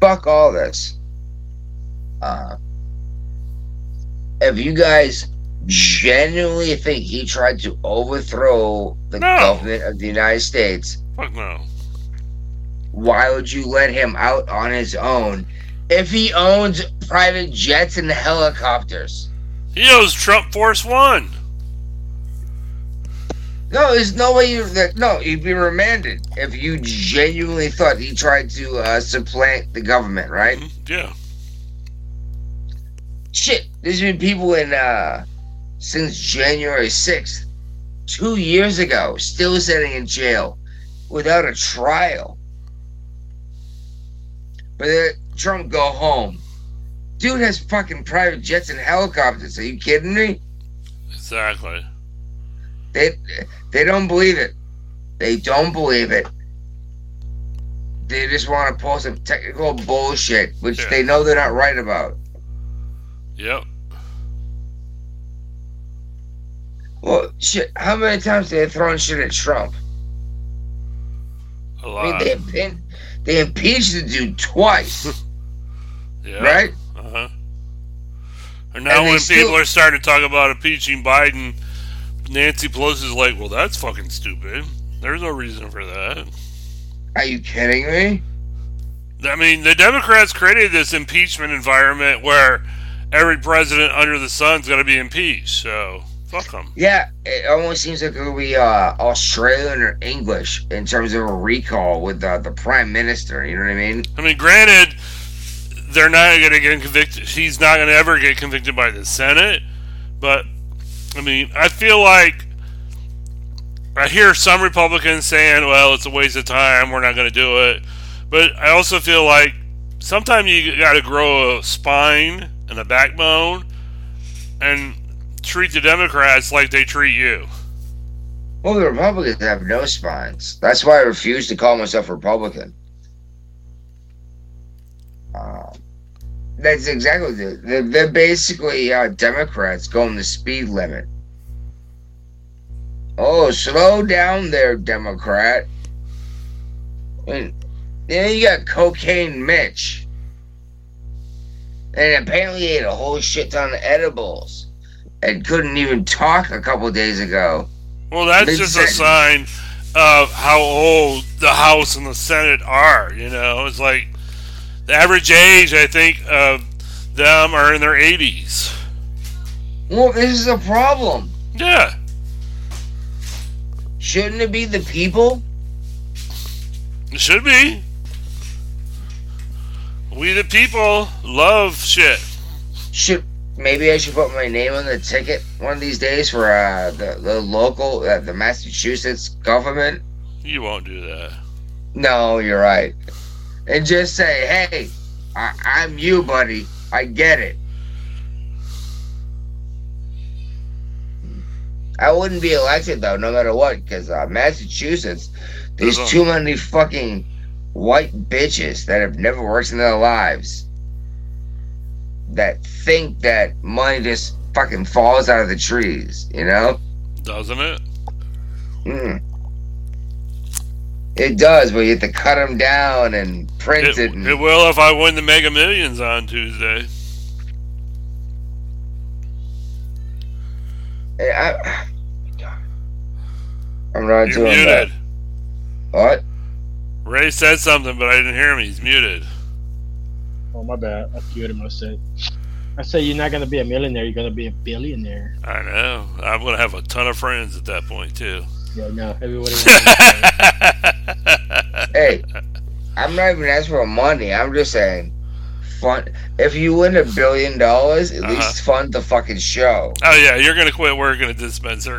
Fuck all this. Uh, if you guys genuinely think he tried to overthrow the No. government of the United States, Fuck no. why would you let him out on his own if he owns private jets and helicopters? He owns Trump Force One. No, there's no way you. that- No, you'd be remanded if you genuinely thought he tried to uh, supplant the government, right? Yeah. Shit, there's been people in uh, since January 6th, two years ago, still sitting in jail without a trial. But then Trump go home. Dude has fucking private jets and helicopters. Are you kidding me? Exactly. They they don't believe it. They don't believe it. They just want to pull some technical bullshit, which Yeah. they know they're not right about. Yep. Well, shit. How many times they thrown shit at Trump? A I mean, lot. they impin- they impeached the dude twice, yeah. right? Uh huh. And now And they when still- people are starting to talk about impeaching Biden, Nancy Pelosi's like, "Well, that's fucking stupid. There's no reason for that." Are you kidding me? I mean, the Democrats created this impeachment environment where every president under the sun's going to be impeached. So fuck them. Yeah, it almost seems like it'll be uh, Australian or English in terms of a recall with uh, the prime minister. You know what I mean? I mean, granted, they're not going to get convicted. He's not going to ever get convicted by the Senate. But I mean, I feel like I hear some Republicans saying, "Well, it's a waste of time. We're not going to do it." But I also feel like sometimes you got to grow a spine and a backbone, and treat the Democrats like they treat you. Well, the Republicans have no spines. That's why I refuse to call myself Republican. Uh, that's exactly what they're, they're, they're basically uh, Democrats going the speed limit. Oh, slow down there, Democrat. And then you got Cocaine Mitch. And apparently he ate a whole shit ton of edibles and couldn't even talk a couple days ago. Well, that's just a sign of how old the House and the Senate are. You know, it's like the average age, I think, of them are in their 80s. Well, this is a problem. Yeah. Shouldn't it be the people? It should be. We, the people, love shit. Should maybe I should put my name on the ticket one of these days for uh, the the local uh, the Massachusetts government? You won't do that. No, you're right. And just say, hey, I, I'm you, buddy. I get it. I wouldn't be elected though, no matter what, because uh, Massachusetts, there's There's a- too many fucking white bitches that have never worked in their lives that think that money just fucking falls out of the trees, you know? Doesn't it? Mm. It does, but you have to cut them down and print it. It, and, it will if I win the Mega Millions on Tuesday. I, am not You're doing muted. that. What? Ray said something, but I didn't hear him. He's muted. Oh my bad. I cured him. I said, I said you're not gonna be a millionaire. You're gonna be a billionaire. I know. I'm going to have a ton of friends at that point, too. Yeah, no, everybody. Hey, I'm not even asking for money. I'm just saying, fund. If you win a billion dollars, Uh-huh. at least fund the fucking show. Oh yeah, you're gonna quit working at dispensary.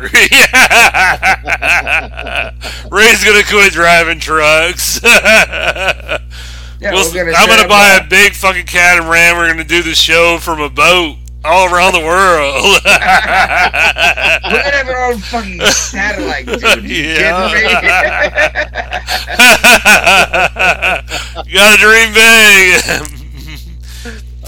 Ray's gonna quit driving trucks. We'll- we're gonna I'm set gonna up buy a- a big fucking cat and ram. We're gonna do the show from a boat all around the world. We're gonna have our own fucking satellite, dude. You Yeah. kidding me? you gotta dream big.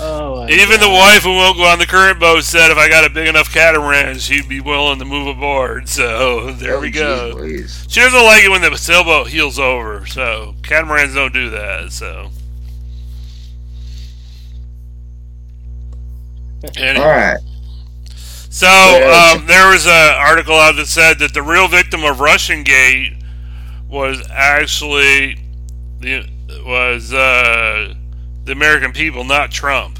Oh Oh, my Even the God. wife who won't go on the current boat said if I got a big enough catamaran, she'd be willing to move aboard. So there Oh, we geez, go. Louise. She doesn't like it when the sailboat heels over. So catamarans don't do that. So. Anyway. All right. So Yeah. um, there was an article out that said that the real victim of Russian Gate was actually the was uh, the American people, not Trump.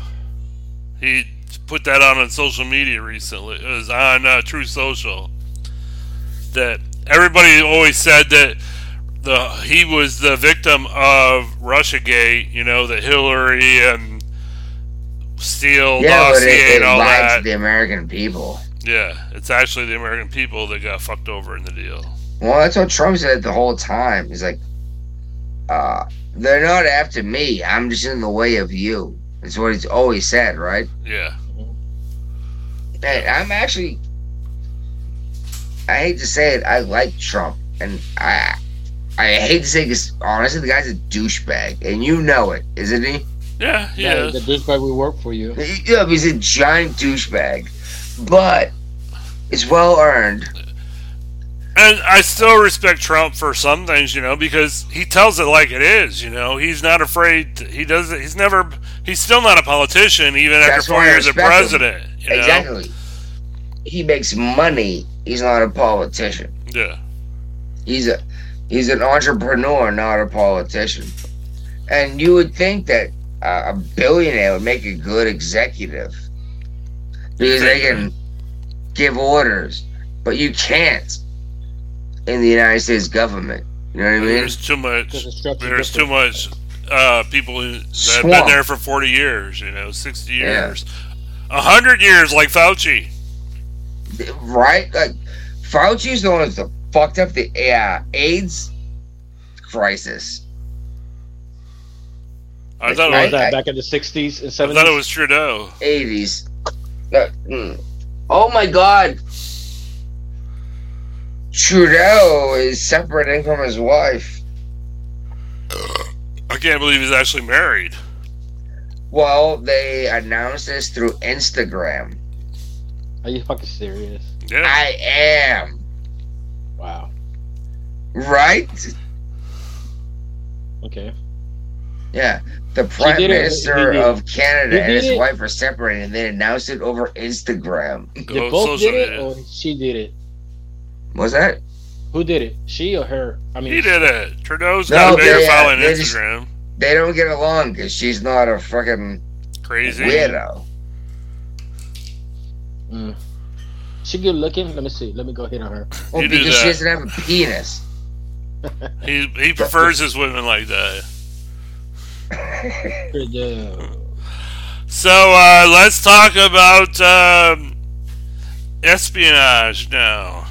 He put that out on social media recently. It was on uh, True Social that everybody always said that the he was the victim of Russia Gate. You know that Hillary and Steele, Yeah, but dossier, it, it and all lied that. to the American people. Yeah, it's actually the American people that got fucked over in the deal. Well, that's what Trump said the whole time. He's like, uh, they're not after me. I'm just in the way of you. It's what he's always said, right? Yeah. Hey, I'm actually. I hate to say it. I like Trump, and I. I hate to say this. Honestly, the guy's a douchebag, and you know it, isn't he? Yeah, he Yeah, is. the douchebag we work for you. Yeah, he's a giant douchebag, but it's well earned. And I still respect Trump for some things, you know, because he tells it like it is, you know. He's not afraid. to- he does. He's never. He's still not a politician, even That's after four why I years of respect him. president. You know? Exactly. He makes money. He's not a politician. Yeah. He's a he's an entrepreneur, not a politician. And you would think that uh, a billionaire would make a good executive because they can give orders, but you can't in the United States government. You know what I mean? There's too much. the structure There's too much uh, people who that have been Swamp. there for 40 years, you know, 60 Yeah. years, a 100 years, like Fauci. Right? Like Fauci's the one that's the fucked up the uh, AIDS crisis. I thought, What it was, was that I- back in the '60s and I '70s? thought it was Trudeau. 80s. Uh, mm. Oh my god. Trudeau is separating from his wife. I can't believe he's actually married. Well, they announced this through Instagram. Are you fucking serious? Yeah. I am. Wow. Right? Okay. Yeah. The Prime did it. Minister He did. of Canada He and did his it. wife are separating and they announced it over Instagram. Go They both social did it, media. or she did it. Was that? Who did it? She or her? I mean, He did it. Trudeau's No, got a bigger they, uh, following they on just- Instagram. They don't get along because she's not a fucking Crazy. weirdo. mm. she good looking. Let me see. Let me go hit on her. Well, You do because she that. doesn't have a penis. He he prefers his women like that. Good job. So uh, let's talk about um, espionage now.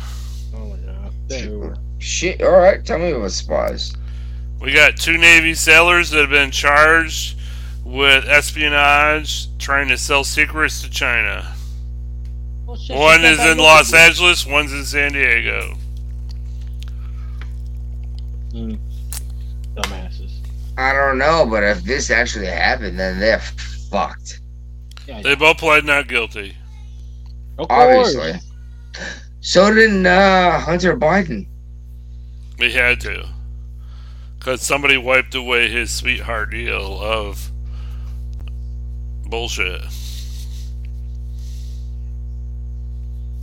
Oh my god. There we were. Shit. All right. Tell me about spies. We got two Navy sailors that have been charged with espionage, trying to sell secrets to China. One is in Los Angeles, one's in San Diego. Mm. Dumbasses. I don't know, but if this actually happened, then they're fucked. Yeah, They both pled not guilty. of course. Obviously. So did uh, Hunter Biden. He had to. Because somebody wiped away his sweetheart deal of bullshit.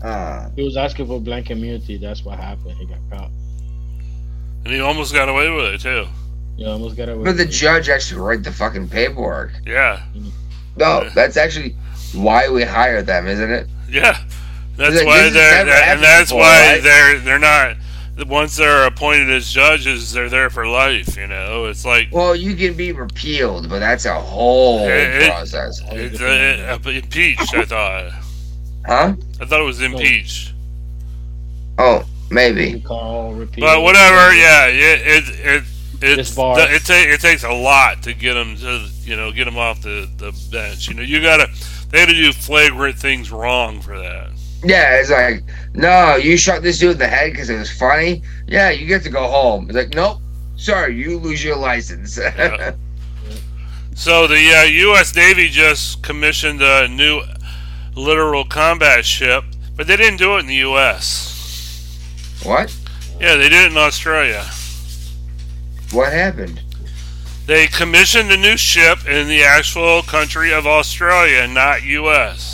Uh, He was asking for blank immunity. That's what happened. He got caught. And he almost got away with it, too. You almost got away. but the with it. judge actually wrote the fucking paperwork. Yeah. No, Yeah. that's actually why we hire them, isn't it? Yeah. That's Like, why this has they're, never that, and happened that's before, why right? they're they're not the- once they're appointed as judges, they're there for life. You know, it's like Well, you can be repealed, but that's a whole It- it- process. it's uh, uh, impeached. I thought Huh? I thought it was impeached, Oh, maybe. recall, repeat. but whatever. Yeah, yeah. It it it's, Just bars. it, ta- it takes a lot to get them to you know get them off the, the bench. You know, you gotta they had to do flagrant things wrong for that. Yeah, it's like, no, you shot this dude in the head because it was funny. Yeah, you get to go home. It's like, nope, sorry, you lose your license. Yeah. So the uh, U.S. Navy just commissioned a new literal combat ship, but they didn't do it in the U.S. What? Yeah, they did it in Australia. What happened? They commissioned a new ship in the actual country of Australia, not U.S.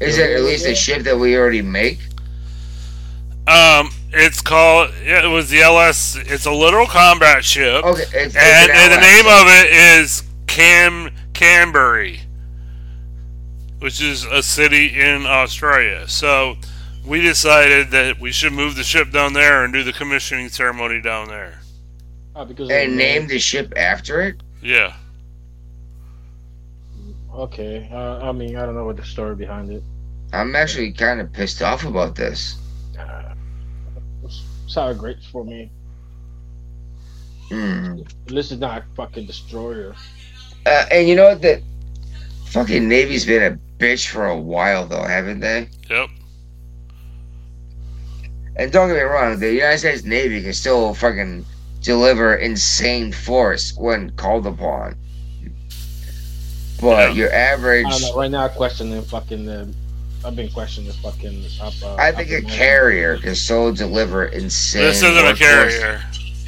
Is it at least a ship that we already make? Um, it's called. It was the LS. It's a literal combat ship. Oh, Okay, it's- it's and, an and the LS. name of it is Cam Canberry, which is a city in Australia. So we decided that we should move the ship down there and do the commissioning ceremony down there. because And name the ship after it? Yeah. Okay. Uh, I mean, I don't know what the story behind it. I'm actually kind of pissed off about this. Sour grapes for me. Hmm. This is not a fucking destroyer. Uh, and you know what? The fucking Navy's been a bitch for a while, though, haven't they? Yep. And don't get me wrong, the United States Navy can still fucking deliver insane force when called upon. But your I average, don't know. Right now, I question the fucking. Uh, I've been questioning the fucking. Up, uh, I think a upper- carrier can still deliver insane. This isn't a workforce. carrier.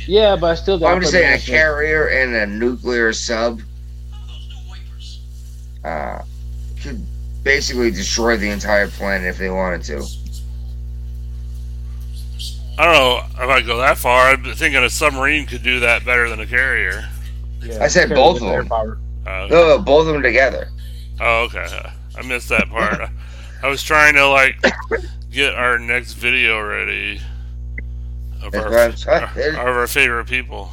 Yeah, but I still. the I'm just upper saying a management- carrier and a nuclear sub uh, could basically destroy the entire planet if they wanted Oh, to. I don't know if I go that far. I'm thinking a submarine could do that better than a carrier. I said carrier both with of air them. power. Uh, No, no, both of them together. Oh, okay. I missed that part. I was trying to like get our next video ready of our, That's what I'm of trying to- our favorite people.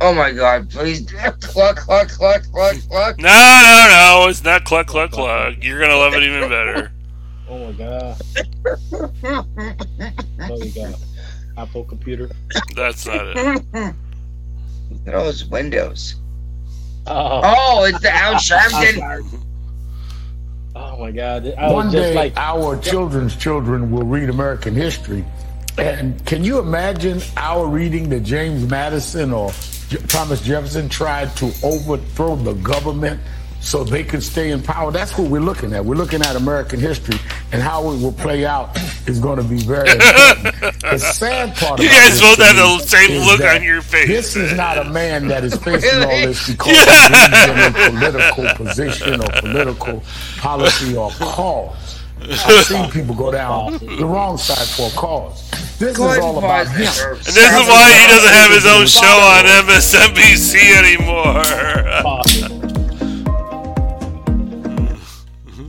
Oh my god, please. cluck, cluck, cluck, cluck, cluck. No, no, no! It's not cluck, cluck, cluck. You're gonna love it even better. Oh my god. oh my god. Apple computer. That's not it. Those windows. Oh, Uh, Oh, it's the ouch. I'm I'm getting. sorry. Oh my god. I One was just day, like. our children's children will read American history. And can you imagine our reading that James Madison or J- Thomas Jefferson tried to overthrow the government so they could stay in power? That's what we're looking at. We're looking at American history, and how it will play out is going to be very important. the sad part You about this guys both to had me the same is look that on your face. This is not a man that is facing all Really? this because of any political position or political policy or cause. I've seen people go down the wrong side for a cause. This is Good all about boy, him. sir. And this is why he doesn't have his own show on MSNBC anymore.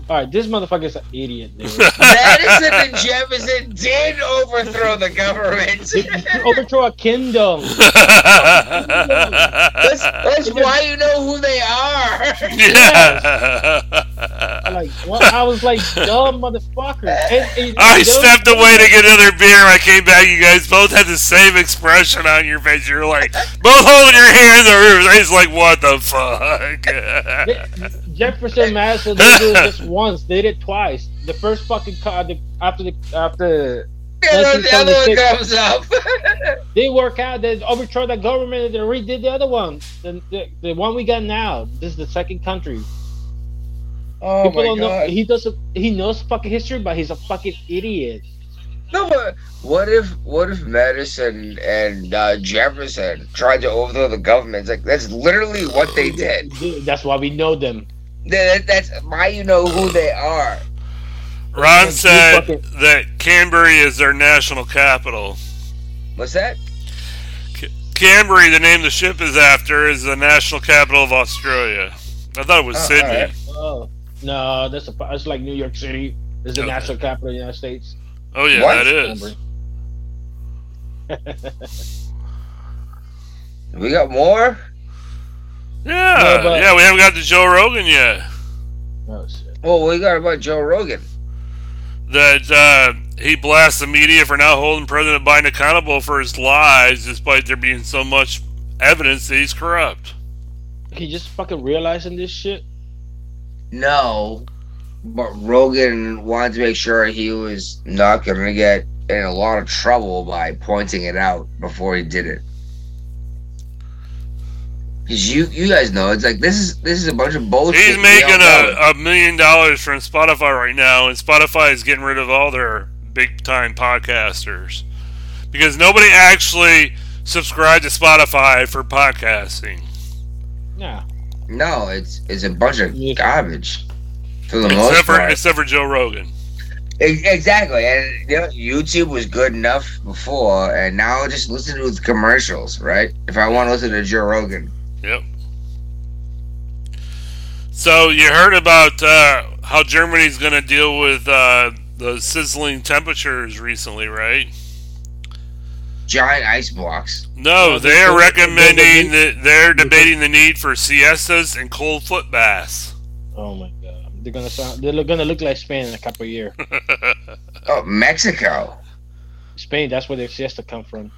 Alright, this motherfucker's an idiot, dude. Madison and Jefferson did overthrow the government. Overthrow a kingdom. that's, that's why you know who they are. yeah. Like, what? I was like, dumb motherfucker. And- and- I and those- stepped away to get another beer. I came back. You guys both had the same expression on your face. You're like both holding your hands over. He's like, "What the fuck?" They- Jefferson Madison didn't do it just once. They did it twice. The first fucking co- the, after the after And then the other one comes 1976. up. they work out, they overthrow the government, and they redid the other one. The, the, the one we got now. This is the second country. oh People my don't know. god. He doesn't. He knows fucking history, but he's a fucking idiot. No, but what if what if Madison and uh, Jefferson tried to overthrow the government? It's like that's literally what they did. Dude, That's why we know them. That, that's why you know who they are. Ron You said fucking- that Canberra is their national capital. What's that? Canberra, the name the ship is after, is the national capital of Australia. I thought it was Oh, Sydney. alright. Oh no, that's a. It's like New York City is the Okay. national capital of the United States. Oh yeah, What? that is. Remember? We got more. Yeah, No, but- yeah. We haven't got to Joe Rogan yet. Oh shit. Well, we got about Joe Rogan. that uh, he blasts the media for not holding President Biden accountable for his lies, despite there being so much evidence that he's corrupt. He just fucking realizing this shit. No, but Rogan wanted to make sure he was not going to get in a lot of trouble by pointing it out before he did it. Cause you you guys know it's like this is this is a bunch of bullshit. He's We all making know it. a, a million dollars from Spotify right now, and Spotify is getting rid of all their big time podcasters because nobody actually subscribed to Spotify for podcasting. Yeah. No, it's it's a bunch of garbage. For the most Except for, part. except for Joe Rogan. Ex- Exactly, and you know, YouTube was good enough before, and now I just listen to the commercials, right? If I want to listen to Joe Rogan, Yep. So you heard about uh, how Germany's going to deal with uh, the sizzling temperatures recently, right? giant ice blocks. No, they are recommending that they're debating the need for siestas and cold foot baths. Oh my god, they're gonna sound. They're gonna look like Spain in a couple of years. oh, Mexico. Spain. That's where their siesta come from.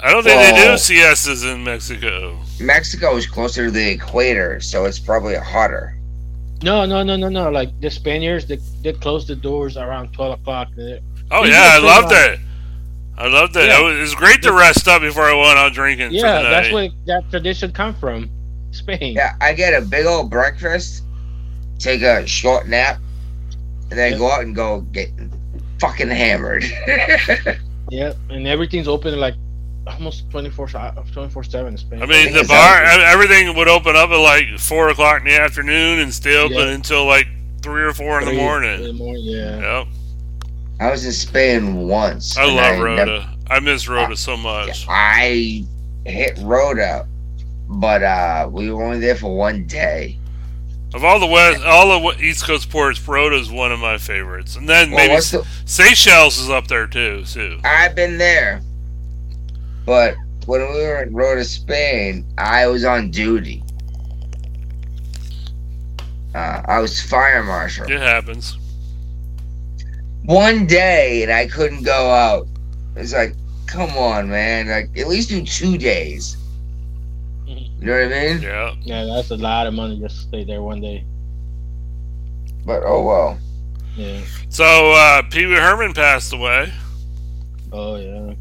I don't think they Whoa. do siestas in Mexico. Mexico is closer to the equator, so it's probably hotter. No, no, no, no, no. Like the Spaniards, they they close the doors around twelve o'clock. Oh yeah, I loved it. I loved it. It, was, it was great to rest up before I went out drinking. for Yeah, the that's night. where that tradition come from. Spain. Yeah, I get a big old breakfast, take a short nap, and then go out and go get fucking hammered. Yeah, and everything's open like almost 24 seven in Spain. I mean, the bar, e- everything would open up at like four o'clock in the afternoon and stay open Yeah. until like three or four in the Three in morning. the morning, yeah. Yep. I was in Spain once. I and love nev- Rhoda. I miss Rhoda so much. I hit Rhoda, but uh, we were only there for one day. Of all the west, all the we- East Coast ports, Rhoda's one of my favorites, and then Well, maybe what's Se- Seychelles is up there too. Too. I've been there, but when we were in Rhoda, Spain, I was on duty. Uh, I was fire marshal. It happens. one day and I couldn't go out. It's like, come on, man. Like, at least do two days. You know what I mean? Yeah. Yeah, that's a lot of money just to stay there one day. But oh well. Yeah. So uh, Pee Wee Herman passed away. Oh yeah.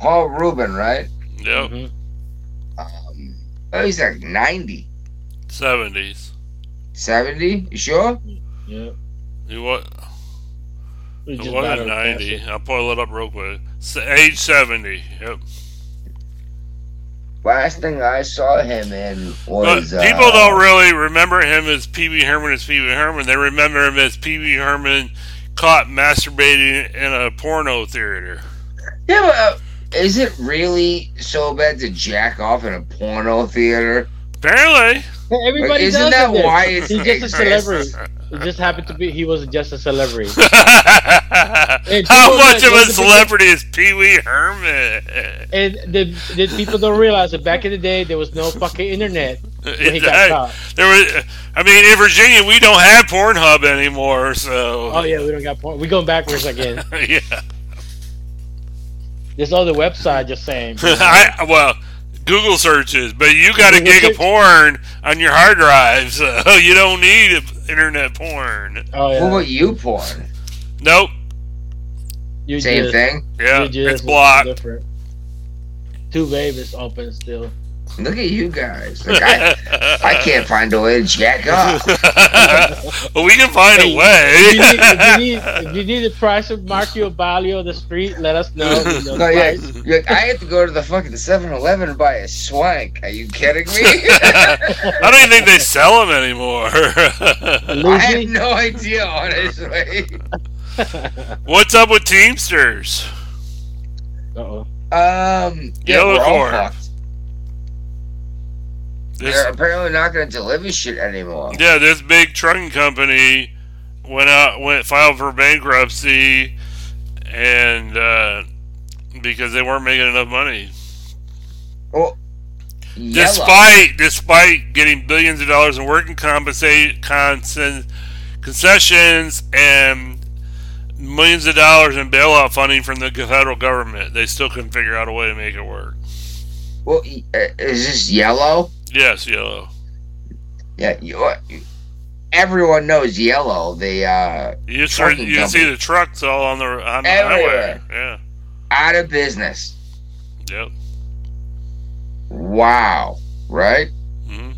Paul Rubin, right? Yep. Mm-hmm. Um, oh, he's like 90, 70s. 70. You sure? Yeah. He was. He It just was battled ninety. I'll pull it up real quick. S- Age seventy. Yep. Last thing I saw him in But was. uh, people don't really remember him as Pee Wee Herman as Pee Wee Herman. They remember him as Pee Wee Herman caught masturbating in a porno theater. Yeah, but, uh, is it really so bad to jack off in a porno theater? Apparently. Like, Everybody isn't does that it. why it's He's just a exist? celebrity. It just happened to be he was just a celebrity. Hey, How people much that of go a to the- celebrity is Pee Wee Herman? And the, the people don't realize that back in the day there was no fucking internet. when he got caught. there was, I mean, in Virginia, we don't have Pornhub anymore, so. Oh yeah, we don't got porn. We going backwards again. yeah. This other website just saying. I well, Google searches, but you got a Google gig of search- porn on your hard drive, so you don't need internet porn. Oh What about you, porn? Nope. You Same thing? Yeah, you just- it's blocked. different. Two babies open still. Look at you guys. Like, I, I can't find a way to jack off. well, we can find Hey, a way. If you, need, if, you need, if you need the price of Marcio Baglio on the street, let us know. We know No, the yeah, price. you're like, I have to go to the fucking 7 Eleven and buy a swank. Are you kidding me? I don't even think they sell them anymore. I have no idea, honestly. What's up with Teamsters? Uh-oh. Um, yeah, Yellow we're all Corps. fucked. This- They're apparently not going to deliver shit anymore. Yeah, this big trucking company went out, went filed for bankruptcy, and uh, because they weren't making enough money, Well, yellow. despite despite getting billions of dollars in working compensation concessions and millions of dollars in bailout funding from the federal government, they still couldn't figure out a way to make it work. Well, y- uh, is this yellow? Yes, yellow. Yeah, you, uh, you- everyone knows yellow. The uh, You just heard, trucking you can see company. the trucks all on the on the highway. Everywhere. Yeah. out of business. Yep. Wow. right? Mhm.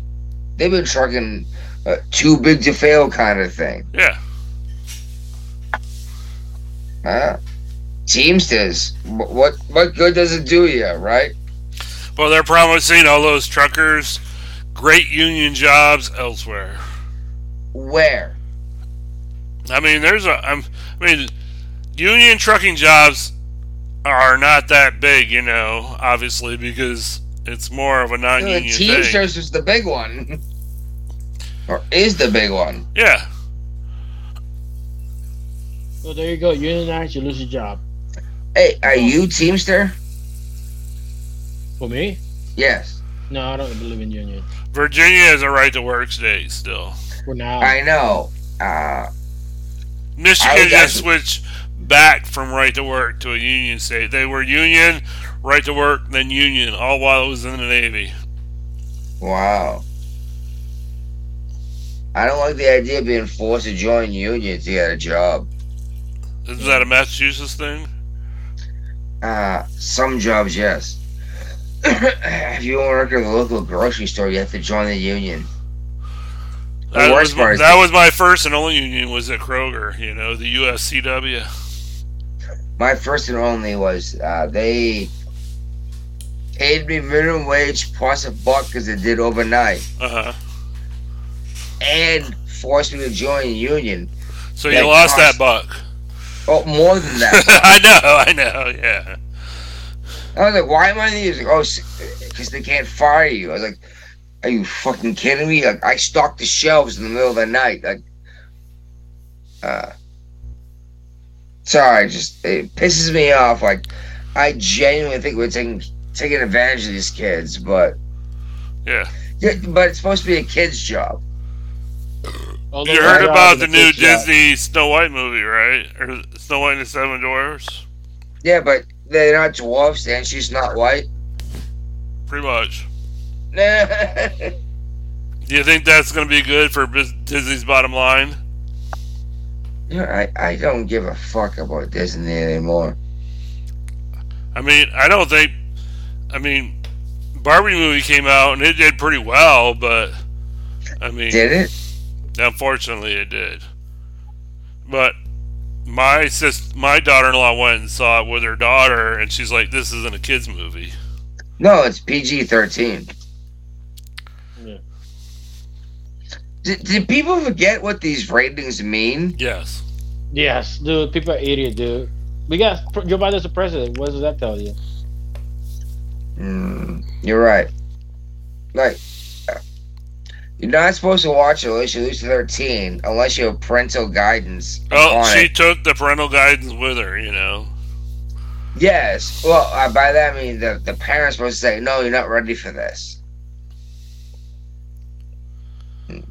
They've been trucking uh, too big to fail kind of thing. Yeah. Huh? Teamsters, wh- what what good does it do you, right? Well, they're promising all those truckers great union jobs elsewhere. Where? I mean, there's a. I'm, I mean, union trucking jobs are not that big, you know, obviously, because it's more of a non The union thing. Teamsters is the big one, or is the big one? Yeah. So there you go. Unionize, you lose your job. Hey, are you Teamster? For me? Yes. No, I don't believe in union. Virginia has a right to work state still. For now. I know. Uh, I Michigan was just actually- switched back from right to work to a union state. They were union, right to work, then union, all while it was in the Navy. Wow. I don't like the idea of being forced to join unions to get a job. Is that a Massachusetts thing? Uh, some jobs, yes. if you want to work at the local grocery store, you have to join the union. The That, worst was, part my, is that was my first and only union was at Kroger, you know, the USCW. my first and only was uh, they paid me minimum wage plus a buck because they did overnight Uh huh. and forced me to join a union. So you lost that buck. Oh, more than that. I know, I know, yeah. I was like, why am I in the music? Oh, because they can't fire you. I was like, are you fucking kidding me? Like, I stocked the shelves in the middle of the night. Like, uh, sorry, just it pisses me off. Like, I genuinely think we're taking taking advantage of these kids, but Yeah. yeah, but it's supposed to be a kid's job. Although uh, You my heard job about is the a new kid's job. Disney Snow White movie, right? Or Snow White and the Seven Dwarfs? Yeah, but they're not dwarfs and she's not white. Pretty much. I Do you think that's going to be good for Bis- Disney's bottom line? I don't give a fuck about Disney anymore. I mean, I don't think. I mean, Barbie movie came out and it did pretty well, but I mean, Did it? Unfortunately, it did. But my sis, my daughter-in-law went and saw it with her daughter, and she's like, "This isn't a kids' movie." No, it's PG thirteen. Yeah. Did, did people forget what these ratings mean? Yes. Yes, dude. People are idiot, dude. We got Joe Biden's the president. What does that tell you? Mm, you're right. Like, uh, you're not supposed to watch it unless you lose thirteen, unless you have parental guidance Oh, on she it. took the parental guidance with her. You know. Yes. Well, uh, by that I mean the the parents supposed to say, "No, you're not ready for this." Mm.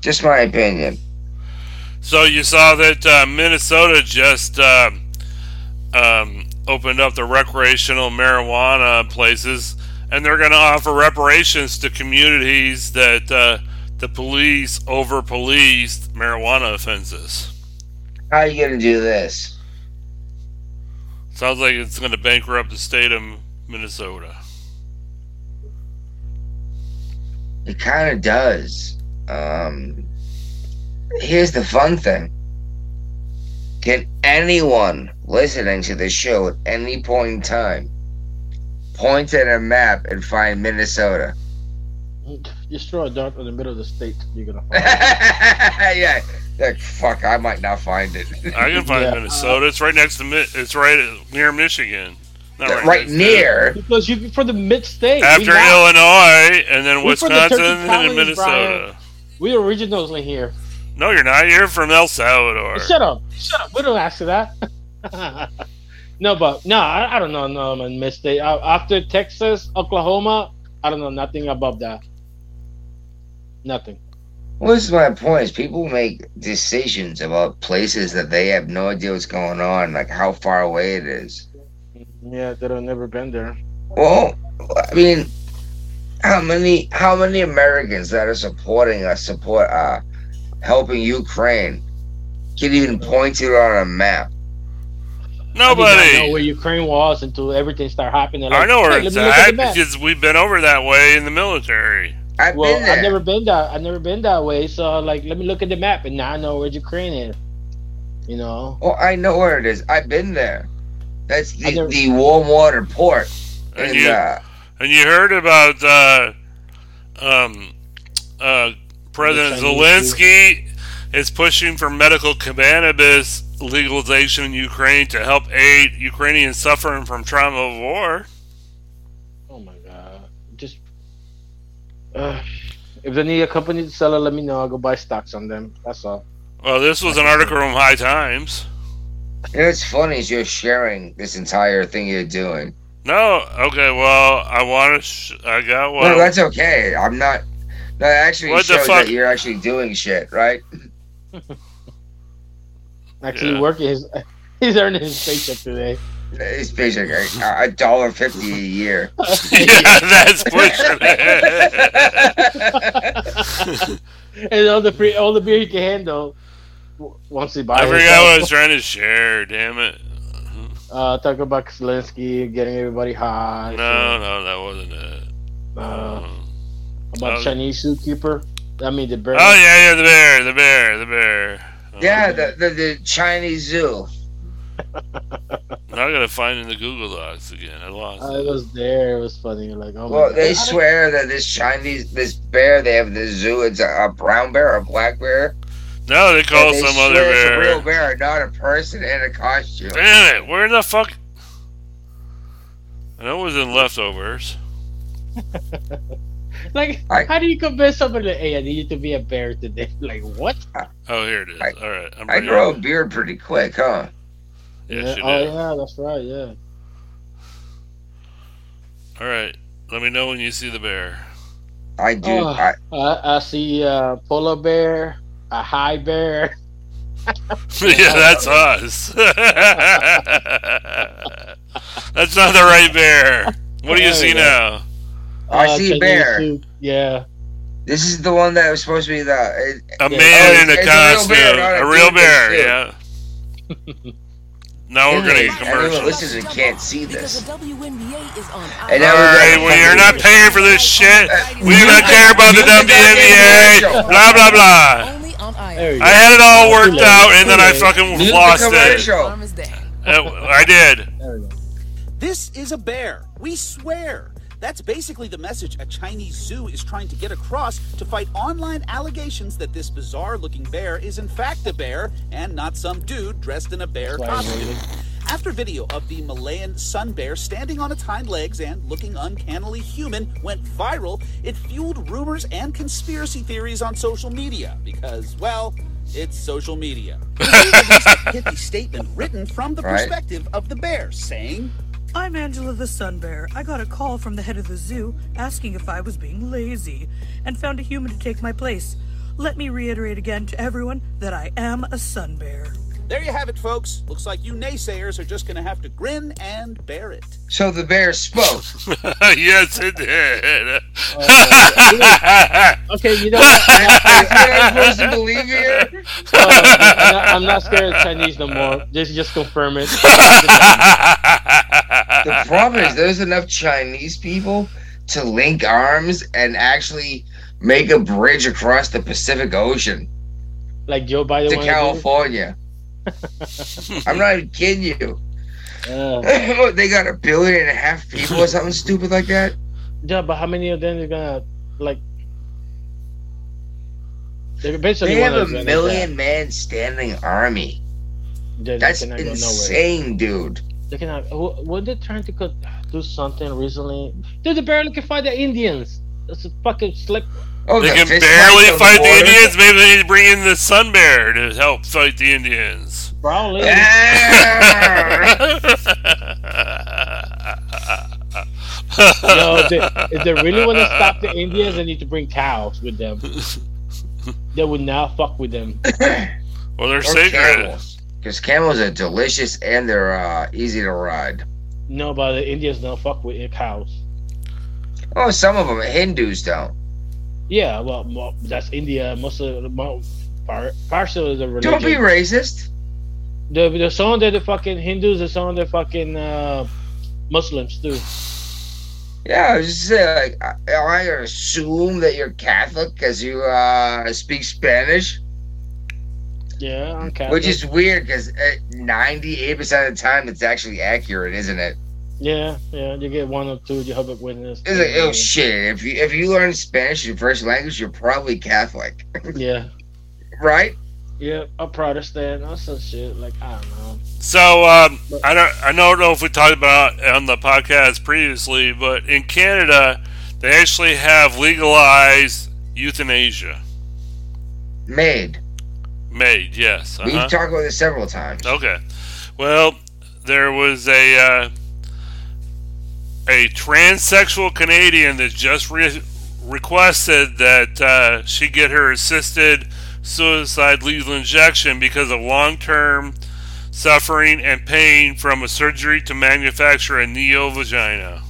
Just my opinion. So you saw that uh, Minnesota just um, um, opened up the recreational marijuana places, and they're going to offer reparations to communities that uh, the police over policed marijuana offenses. How are you gonna do this? Sounds like it's going to bankrupt the state of Minnesota. It kind of does. Um, here's the fun thing. Can anyone listening to this show at any point in time point at a map and find Minnesota? Just throw a dart in the middle of the state. You're gonna find. yeah. Like, fuck, I might not find it. I can find Yeah. Minnesota. It's right next to Mi- it's right near Michigan. Not right, next to- near. Because you for the mid state. After we, got- Illinois, and then We're from the Turkey Wisconsin, and then colonies, Minnesota. we originally here. No, you're not. You're from El Salvador. Shut up! Shut up! We don't ask you that. no, but no, I, I don't know. No, man, mid state. Uh, after Texas, Oklahoma, I don't know nothing about that. Nothing. Well, this is my point. Is people make decisions about places that they have no idea what's going on, like how far away it is. Yeah, that I've never been there. Well, I mean, how many how many Americans that are supporting us support uh helping Ukraine can even point to it on a map? I did Nobody. not know where Ukraine was until everything started happening. I Like, know where hey, let it's me look at the at map. because we've been over that way in the military. I've well, I've never been that. I've never been that way. So like, let me look at the map, and now I know where Ukraine is. You know. Oh, I know where it is. I've been there. That's the, never- the warm water port. And in, you- uh, And you heard about uh, um, uh, President Chinese Zelensky is pushing for medical cannabis legalization in Ukraine to help aid Ukrainians suffering from trauma of war. Oh my god! Just uh, if they need a company to sell it, let me know. I'll go buy stocks on them. That's all. Well, this was an article from High Times. you know what's funny is you're sharing this entire thing you're doing. No, okay, well, I want to. Sh- I got one. no, that's okay. I'm not. No, it actually What the shows fuck? that you're actually doing shit, right? Actually, Yeah. working his he's earning his paycheck today. It's basically a, a dollar fifty a year. yeah, that's pushing it. and all the free, all the beer he can handle w- once he buys. I forgot himself. what I was trying to share. Damn it! Uh, talk about Zelensky getting everybody high. No, no, that wasn't it. Uh, Oh. about Chinese zookeeper. I mean the bird. Oh yeah, yeah, the bear, the bear, the bear. Um, Yeah, the, the the Chinese zoo. Now I gotta find it in the Google Docs again. I lost. I was there. Uh, It was funny. Like oh Well, my they God. swear that this Chinese, this bear they have in the zoo, it's a, a brown bear, a black bear. No, they call And some swear other It's a bear. real bear, not a person in a costume. Damn it! Where the fuck? I know it was in leftovers. Like how do you convince somebody? Like, hey, I need you to be a bear today. Like what? Oh, here it is. All right, I'm I bringing grow a it. beard pretty quick, huh? Yes, you oh did. yeah, that's right. Yeah. All right, let me know when you see the bear. I do. Oh, I, I, I see uh, polar bear, a high bear. yeah, that's us. that's not the right bear. What do you There see you go. now? I Uh, see Chinese a bear. zoo- Yeah. This is the one that was supposed to be the it- A yeah. man Oh, in a it's real costume. bear, not A real dude in bear, suit. yeah. Now Oh, we're gonna Everyone get commercials. listening can't see this. WNBA is on. And now All we're right, gonna- well, you're not paying for this shit. We do not care about the E WNBA. Blah blah blah. I had it all worked out, and then I fucking Mute the lost it. commercial. Um, Uh, I did. This is a bear. We swear. That's basically the message a Chinese zoo is trying to get across to fight online allegations that this bizarre looking bear is in fact a bear and not some dude dressed in a bear That's why I'm costume. waiting. After video of the Malayan sun bear standing on its hind legs and looking uncannily human went viral, it fueled rumors and conspiracy theories on social media because, well, it's social media. Get the statement written from the Right. perspective of the bear, saying, I'm Angela the Sun Bear. I got a call from the head of the zoo asking if I was being lazy and found a human to take my place. Let me reiterate again to everyone that I am a sun bear. There you have it, folks. Looks like you naysayers are just going to have to grin and bear it. So the bear spoke. yes, it did. Okay, you know. What? supposed to believe here? Uh, I'm, not, I'm not scared of Chinese no more. This just confirm it. The problem is there's enough Chinese people to link arms and actually make a bridge across the Pacific Ocean Like Joe Biden. to wanna do it? California. I'm not even kidding you. Yeah. What, they got a billion and a half people or something stupid like that. Yeah, but how many of them are gonna like? They're eventually They have one a of them is gonna million man standing army. die. They- That's they cannot go insane, dude. nowhere. They cannot. wh- When they're trying to co- do something recently, dude, they barely can fight the Indians. That's a fucking slip. Oh, they can barely fight the Indians. Maybe they need to bring in the Sun Bear to help fight the Indians. Probably. Ah. Yo, they, if they really want to stop the Indians, they need to bring cows with them. They would not fuck with them. Well, they're Or sacred. camels. Because camels are delicious and they're uh, easy to ride. No, but the Indians don't fuck with cows. Oh, some of them Hindus don't. Yeah, well, mo- that's India. Most of the mo- par- partial of the religion. Don't be racist. The the song that the fucking Hindus, the song that fucking uh, Muslims do. Yeah, I was just saying, like, I, I assume that you're Catholic because you uh, speak Spanish, Yeah, I'm Catholic. which is weird because 98% of the time it's actually accurate, isn't it? yeah, yeah. You get one or two Jehovah Witness. It's like, oh shit, if you, if you learn Spanish as your first language, you're probably Catholic, Yeah, right? yeah. A Protestant or some shit. Like I don't know. So um, I don't I don't know if we talked about it on the podcast previously, but in Canada they actually have legalized euthanasia. Made. Made, yes. We've uh-huh. talked about this several times. Okay. Well, there was a uh, a transsexual Canadian that just re- requested that uh, she get her assisted suicide lethal injection because of long term suffering and pain from a surgery to manufacture a neo vagina.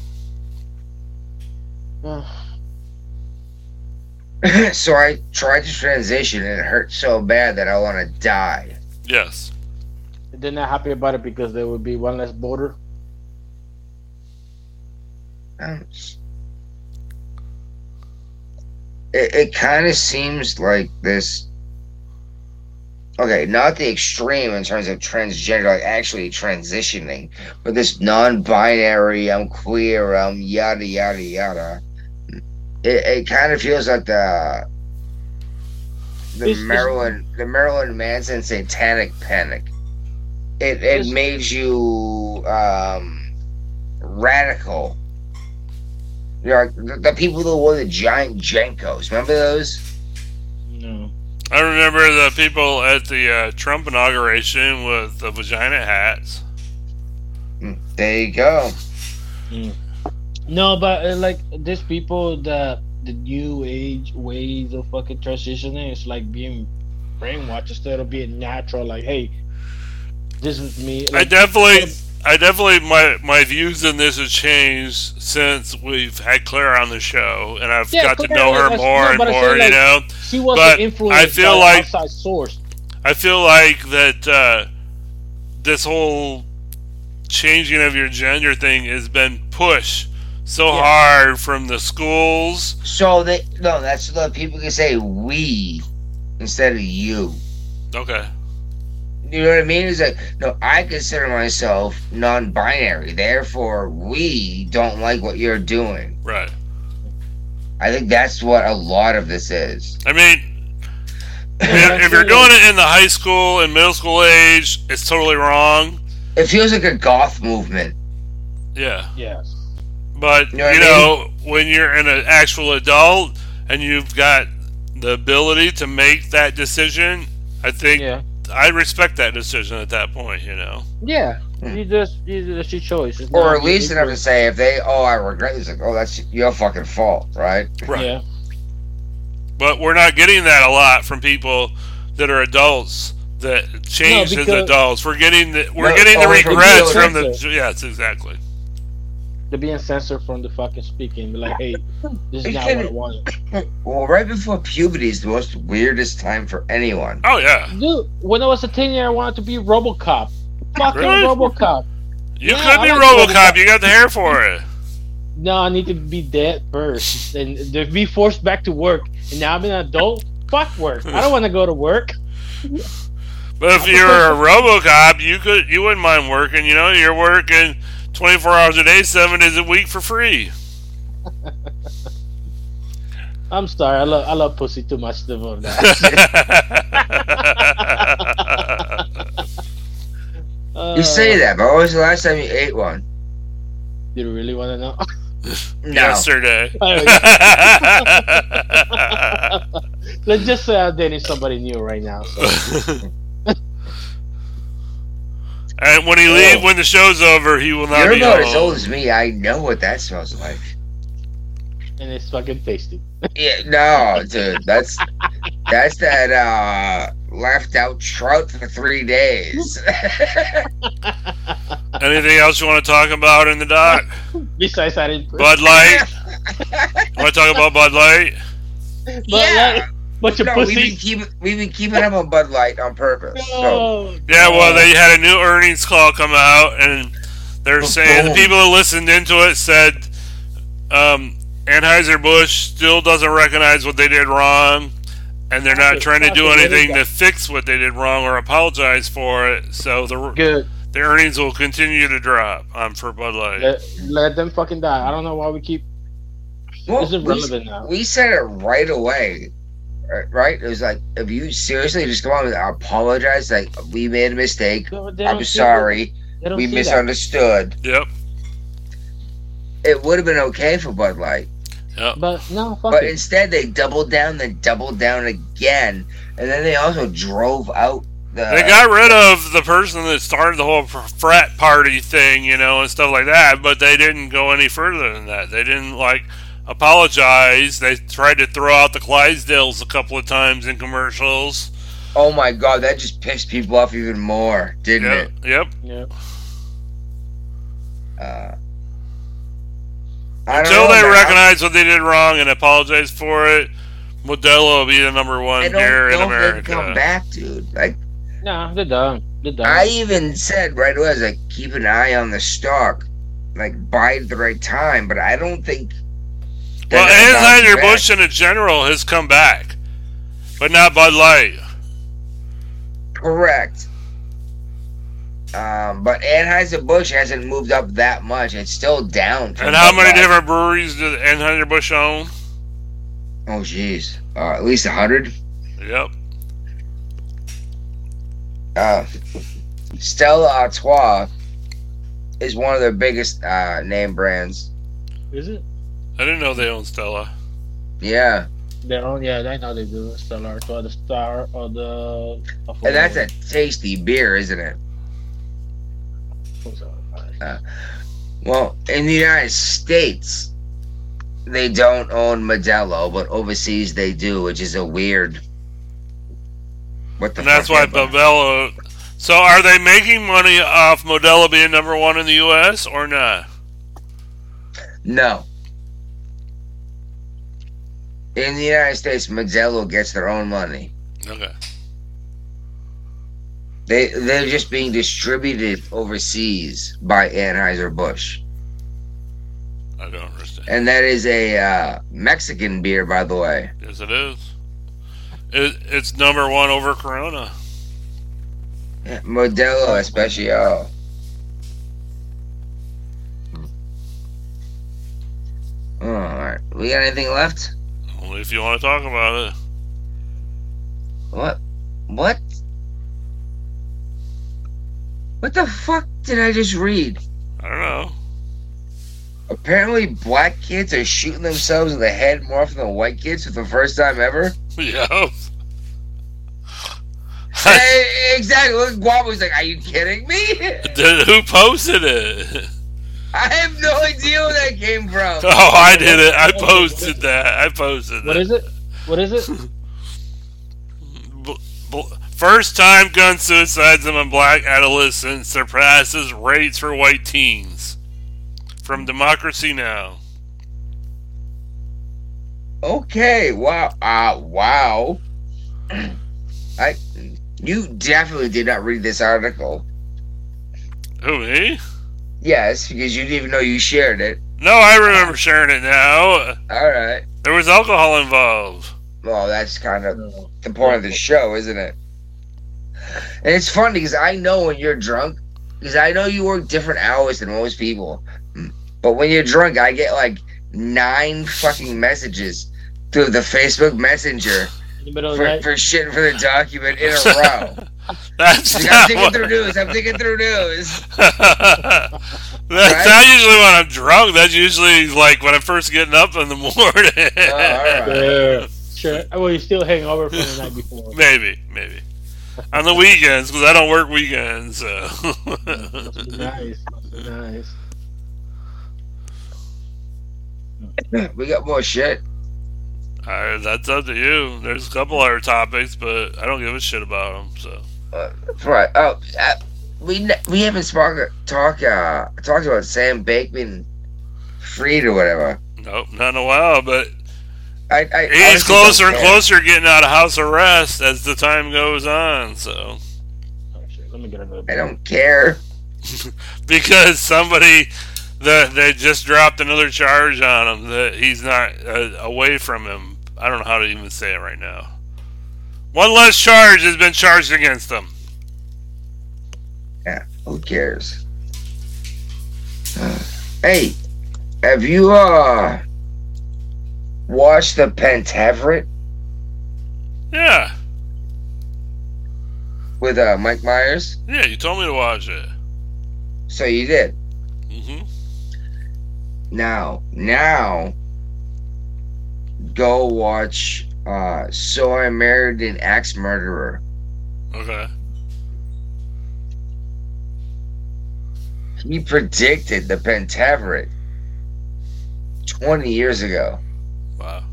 so I tried to transition and it hurt so bad that I want to die. Yes. They're not happy about it because there would be one less border. Um, It, it kind of seems like this. Okay, not the extreme in terms of transgender, like actually transitioning, but this non binary, I'm queer, I'm yada, yada, yada. It, it kind of feels like the. The This is- Marilyn, the Marilyn Manson satanic panic. It it made you um, radical you know, like, the, the people that wore the giant Jenkos. Remember those? No. I remember the people at the uh, Trump inauguration with the vagina hats. There you go. Mm. No, but uh, like these people, the the new age ways of fucking transitioning, it's like being brainwashed instead of being natural. Like, hey, this is me. I Like, definitely, I definitely, my my views on this have changed since we've had Claire on the show, and I've Yeah, got to Claire, know her I- I- more no, and but I more. feel you like know, she was but influenced I feel by like outside source. I feel like that uh, this whole changing of your gender thing has been pushed so hard from the schools. So they no, that's the people can say we instead of you. Okay. You know what I mean? It's like no, I consider myself non-binary. Therefore, we don't like what you're doing. Right. I think that's what a lot of this is. I mean, if, if you're doing it in the high school and middle school age, it's totally wrong. It feels like a goth movement. Yeah. Yes. But you know know, what I when you're an actual adult and you've got the ability to make that decision, I think I respect that decision at that point. You know. Yeah, you just you just your choice. It's Or not at least your- enough to say if they, oh, I regret this. Like, oh, that's your fucking fault, right? Right. Yeah. But we're not getting that a lot from people that are adults that change as because- adults. We're getting the we're No, getting the oh, from regrets people from the that- yes, exactly. They're being censored from the fucking speaking. Be like, hey, this You is not what I can't- wanted. Well, right before puberty is the most weirdest time for anyone. Oh yeah. Dude, when I was a teenager, I wanted to be RoboCop. Fucking Really? RoboCop. You Yeah, could I be like RoboCop. RoboCop. You got the hair for it. No, I need to be dead first, and to be forced back to work. And now I'm an adult. Fuck work. I don't want to go to work. But if you're a RoboCop, you could you wouldn't mind working. You know, you're working 24 hours a day, seven days a week for free. I'm sorry. I love I love pussy too much to vote now. Uh, You say that, but when was the last time you ate one? Do you really want to know? No. Yesterday. Let's just say I'm dating somebody new right now. so. And when he leave, when the show's over, he will not Oh. You're be about home. as old as me. I know what that smells like. and it's fucking tasty. Yeah, no, dude, that's that's that uh left out trout for three days. Anything else you want to talk about in the dock? Besides, I didn't. Bud Light. want to talk about Bud Light? But yeah. Bunch of no, pussy. We've been, keep, we've been keeping up on Bud Light on purpose. So. Yeah, well, they had a new earnings call come out, and they're saying the people that listened into it said um, Anheuser Busch still doesn't recognize what they did wrong, and they're not Good. trying to That's do what they anything got. to fix what they did wrong or apologize for it. So the Good. the earnings will continue to drop um, for Bud Light. Let, let them fucking die. I don't know why we keep. Well, This is Oh, we- relevant now. We said it right away, right- right? It was like, if you seriously just come on and apologize, like we made a mistake. they don't I'm see sorry. that. They don't We see that. misunderstood. Yep. It would have been okay for Bud Light, But no, fuck but it. instead they doubled down, then doubled down again, and then they also drove out the. They got rid of the person that started the whole fr- frat party thing, you know, and stuff like that, but they didn't go any further than that. They didn't, like, apologize. They tried to throw out the Clydesdales a couple of times in commercials. Oh my god, that just pissed people off even more, didn't Yep. it? Yep. Yep. Uh, I don't Until know, they man. recognize what they did wrong and apologize for it, Modelo will be the number one I don't here in know if they America. can come back, dude. Like, Nah, they're done. They're done. I even said right away, I was like, keep an eye on the stock, like buy at the right time. But I don't think. they're Well, gonna bounce Anheuser back. Busch in a general has come back, but not Bud Light. Correct. Um, but Anheuser Busch hasn't moved up that much. It's still down. from And how Bud many Light. different breweries does Anheuser Busch own? Oh, jeez, uh, at least a hundred. Yep. Uh, Stella Artois is one of their biggest uh, name brands. Is it? I didn't know they own Stella. Yeah. They don't. Yeah, they know they do. Stella Artois, the star or the. of- And that's a tasty beer, isn't it? Uh, well, in the United States, they don't own Modelo, but overseas they do, which is a weird. What the? And that's fuck why ever. Modelo. So are they making money off Modelo being number one in the U.S. or not? No. In the United States, Modelo gets their own money. Okay. They they're just being distributed overseas by Anheuser Busch, I don't understand. and that is a uh, Mexican beer, by the way. Yes, it is. It, it's number one over Corona. Modelo Especial. Alright, we got anything left? Only if you want to talk about it. What? What? What the fuck did I just read? I don't know. Apparently, black kids are shooting themselves in the head more often than white kids for the first time ever. Yeah. Hey, exactly. Look, Guap was like, "Are you kidding me? Did, who posted it? I have no idea where that came from." Oh, I did it. I posted that. I posted that. What is it? What is it? Bl- First time gun suicides among black adolescents surpasses rates for white teens. From Democracy Now. Okay. Wow. Uh, wow. I, you definitely did not read this article. Who, me? Yes, because you didn't even know you shared it. No, I remember sharing it now. All right. There was alcohol involved. Well, that's kind of the point of the show, isn't it? And it's funny because I know when you're drunk, because I know you work different hours than most people. But when you're drunk, I get like nine fucking messages through the Facebook Messenger In the middle of the for, night. for shitting for the document in a row. That's Like, I'm not thinking what- through news. I'm thinking through news. That's not usually when I'm drunk. That's usually like when I'm first getting up in the morning. Oh, Yeah, sure. Well, you still hang over from the night before. Maybe, maybe. On the weekends, because I don't work weekends. So. Mm, nice, nice. we got more shit. I, that's up to you. There's a couple other topics, but I don't give a shit about them. So Right. Oh, uh, we ne- we haven't spoke, talk uh, talked about Sam Bakeman Freed or whatever. nope, not in a while. But I, I He's honestly closer don't and care. closer getting out of house arrest as the time goes on. So Oh, Let me get another. I don't care. because somebody that they just dropped another charge on him that he's not uh, away from him. I don't know how to even say it right now. One less charge has been charged against him. Yeah, who cares? Uh, hey, have you uh watched the Pentaveret Yeah, with uh Mike Myers? yeah. You told me to watch it. So you did. hmm Now, now, go watch. uh So I married an axe murderer. Okay. He predicted the Pentaveret twenty years ago. Wow.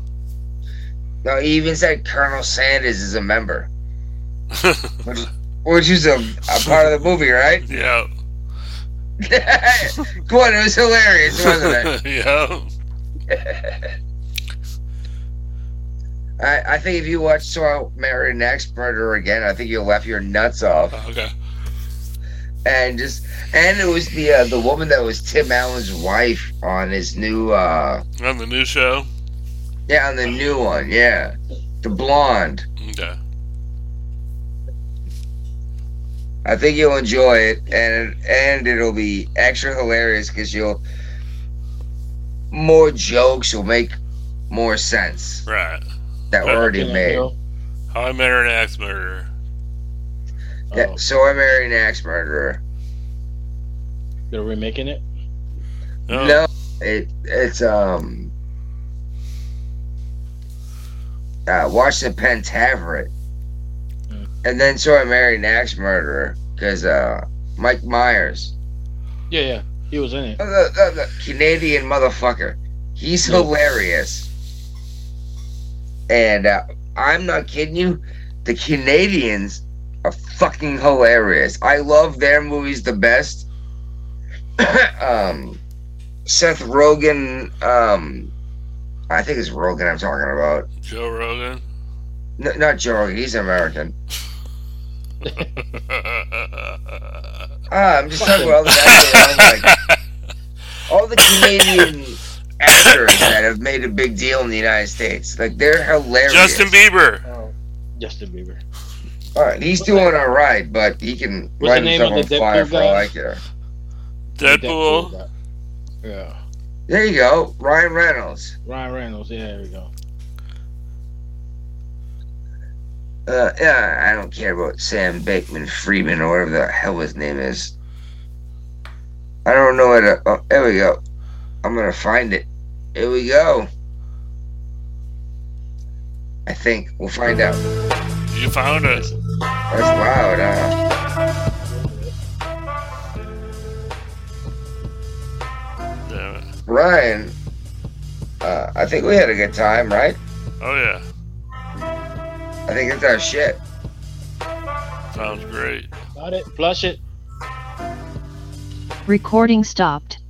No, he even said Colonel Sanders is a member, which, which is a, a part of the movie, right? Yeah. Come on, it was hilarious, wasn't it? yeah. I, I think if you watch So I Married an Axe Murderer again, I think you'll laugh your nuts off. Okay. And just and it was the uh, the woman that was Tim Allen's wife on his new uh On the new show. yeah on the new one yeah the blonde. Okay. I think you'll enjoy it, and and it'll be extra hilarious because you'll more jokes will make more sense Right. that were already made. How I Met Her an Axe Murderer. Oh, Yeah, so I married an axe murderer. They're remaking it. Oh, No, it it's um. Uh, watch the Pentaveret, and then so I married an axe murderer because uh, Mike Myers, Yeah, yeah. He was in it. uh, the, the, the Canadian motherfucker, he's Yeah. hilarious, and uh, I'm not kidding you, the Canadians are fucking hilarious. I love their movies the best. um, Seth Rogen, um, I think it's Rogen I'm talking about. Joe Rogan. N- not Joe Rogan, he's American. Ah, I'm just talking about all the guys that are like all the Canadian actors that have made a big deal in the United States. Like they're hilarious. Justin Bieber. Justin Bieber. All right, he's doing all right, but he can What's light the name himself of on fire the Deadpool for guy? all I care. Deadpool. Yeah. There you go, Ryan Reynolds. Ryan Reynolds. Yeah, there we go. Uh, yeah, I don't care about Sam Bakeman Freeman or whatever the hell his name is. I don't know what. Oh, there we go. I'm gonna find it. Here we go. I think we'll find out. You found it. That's loud. Uh, Damn it. Ryan, uh, I think we had a good time, right? Oh yeah. I think it's our shit. Sounds great. Got it. Flush it. Recording stopped.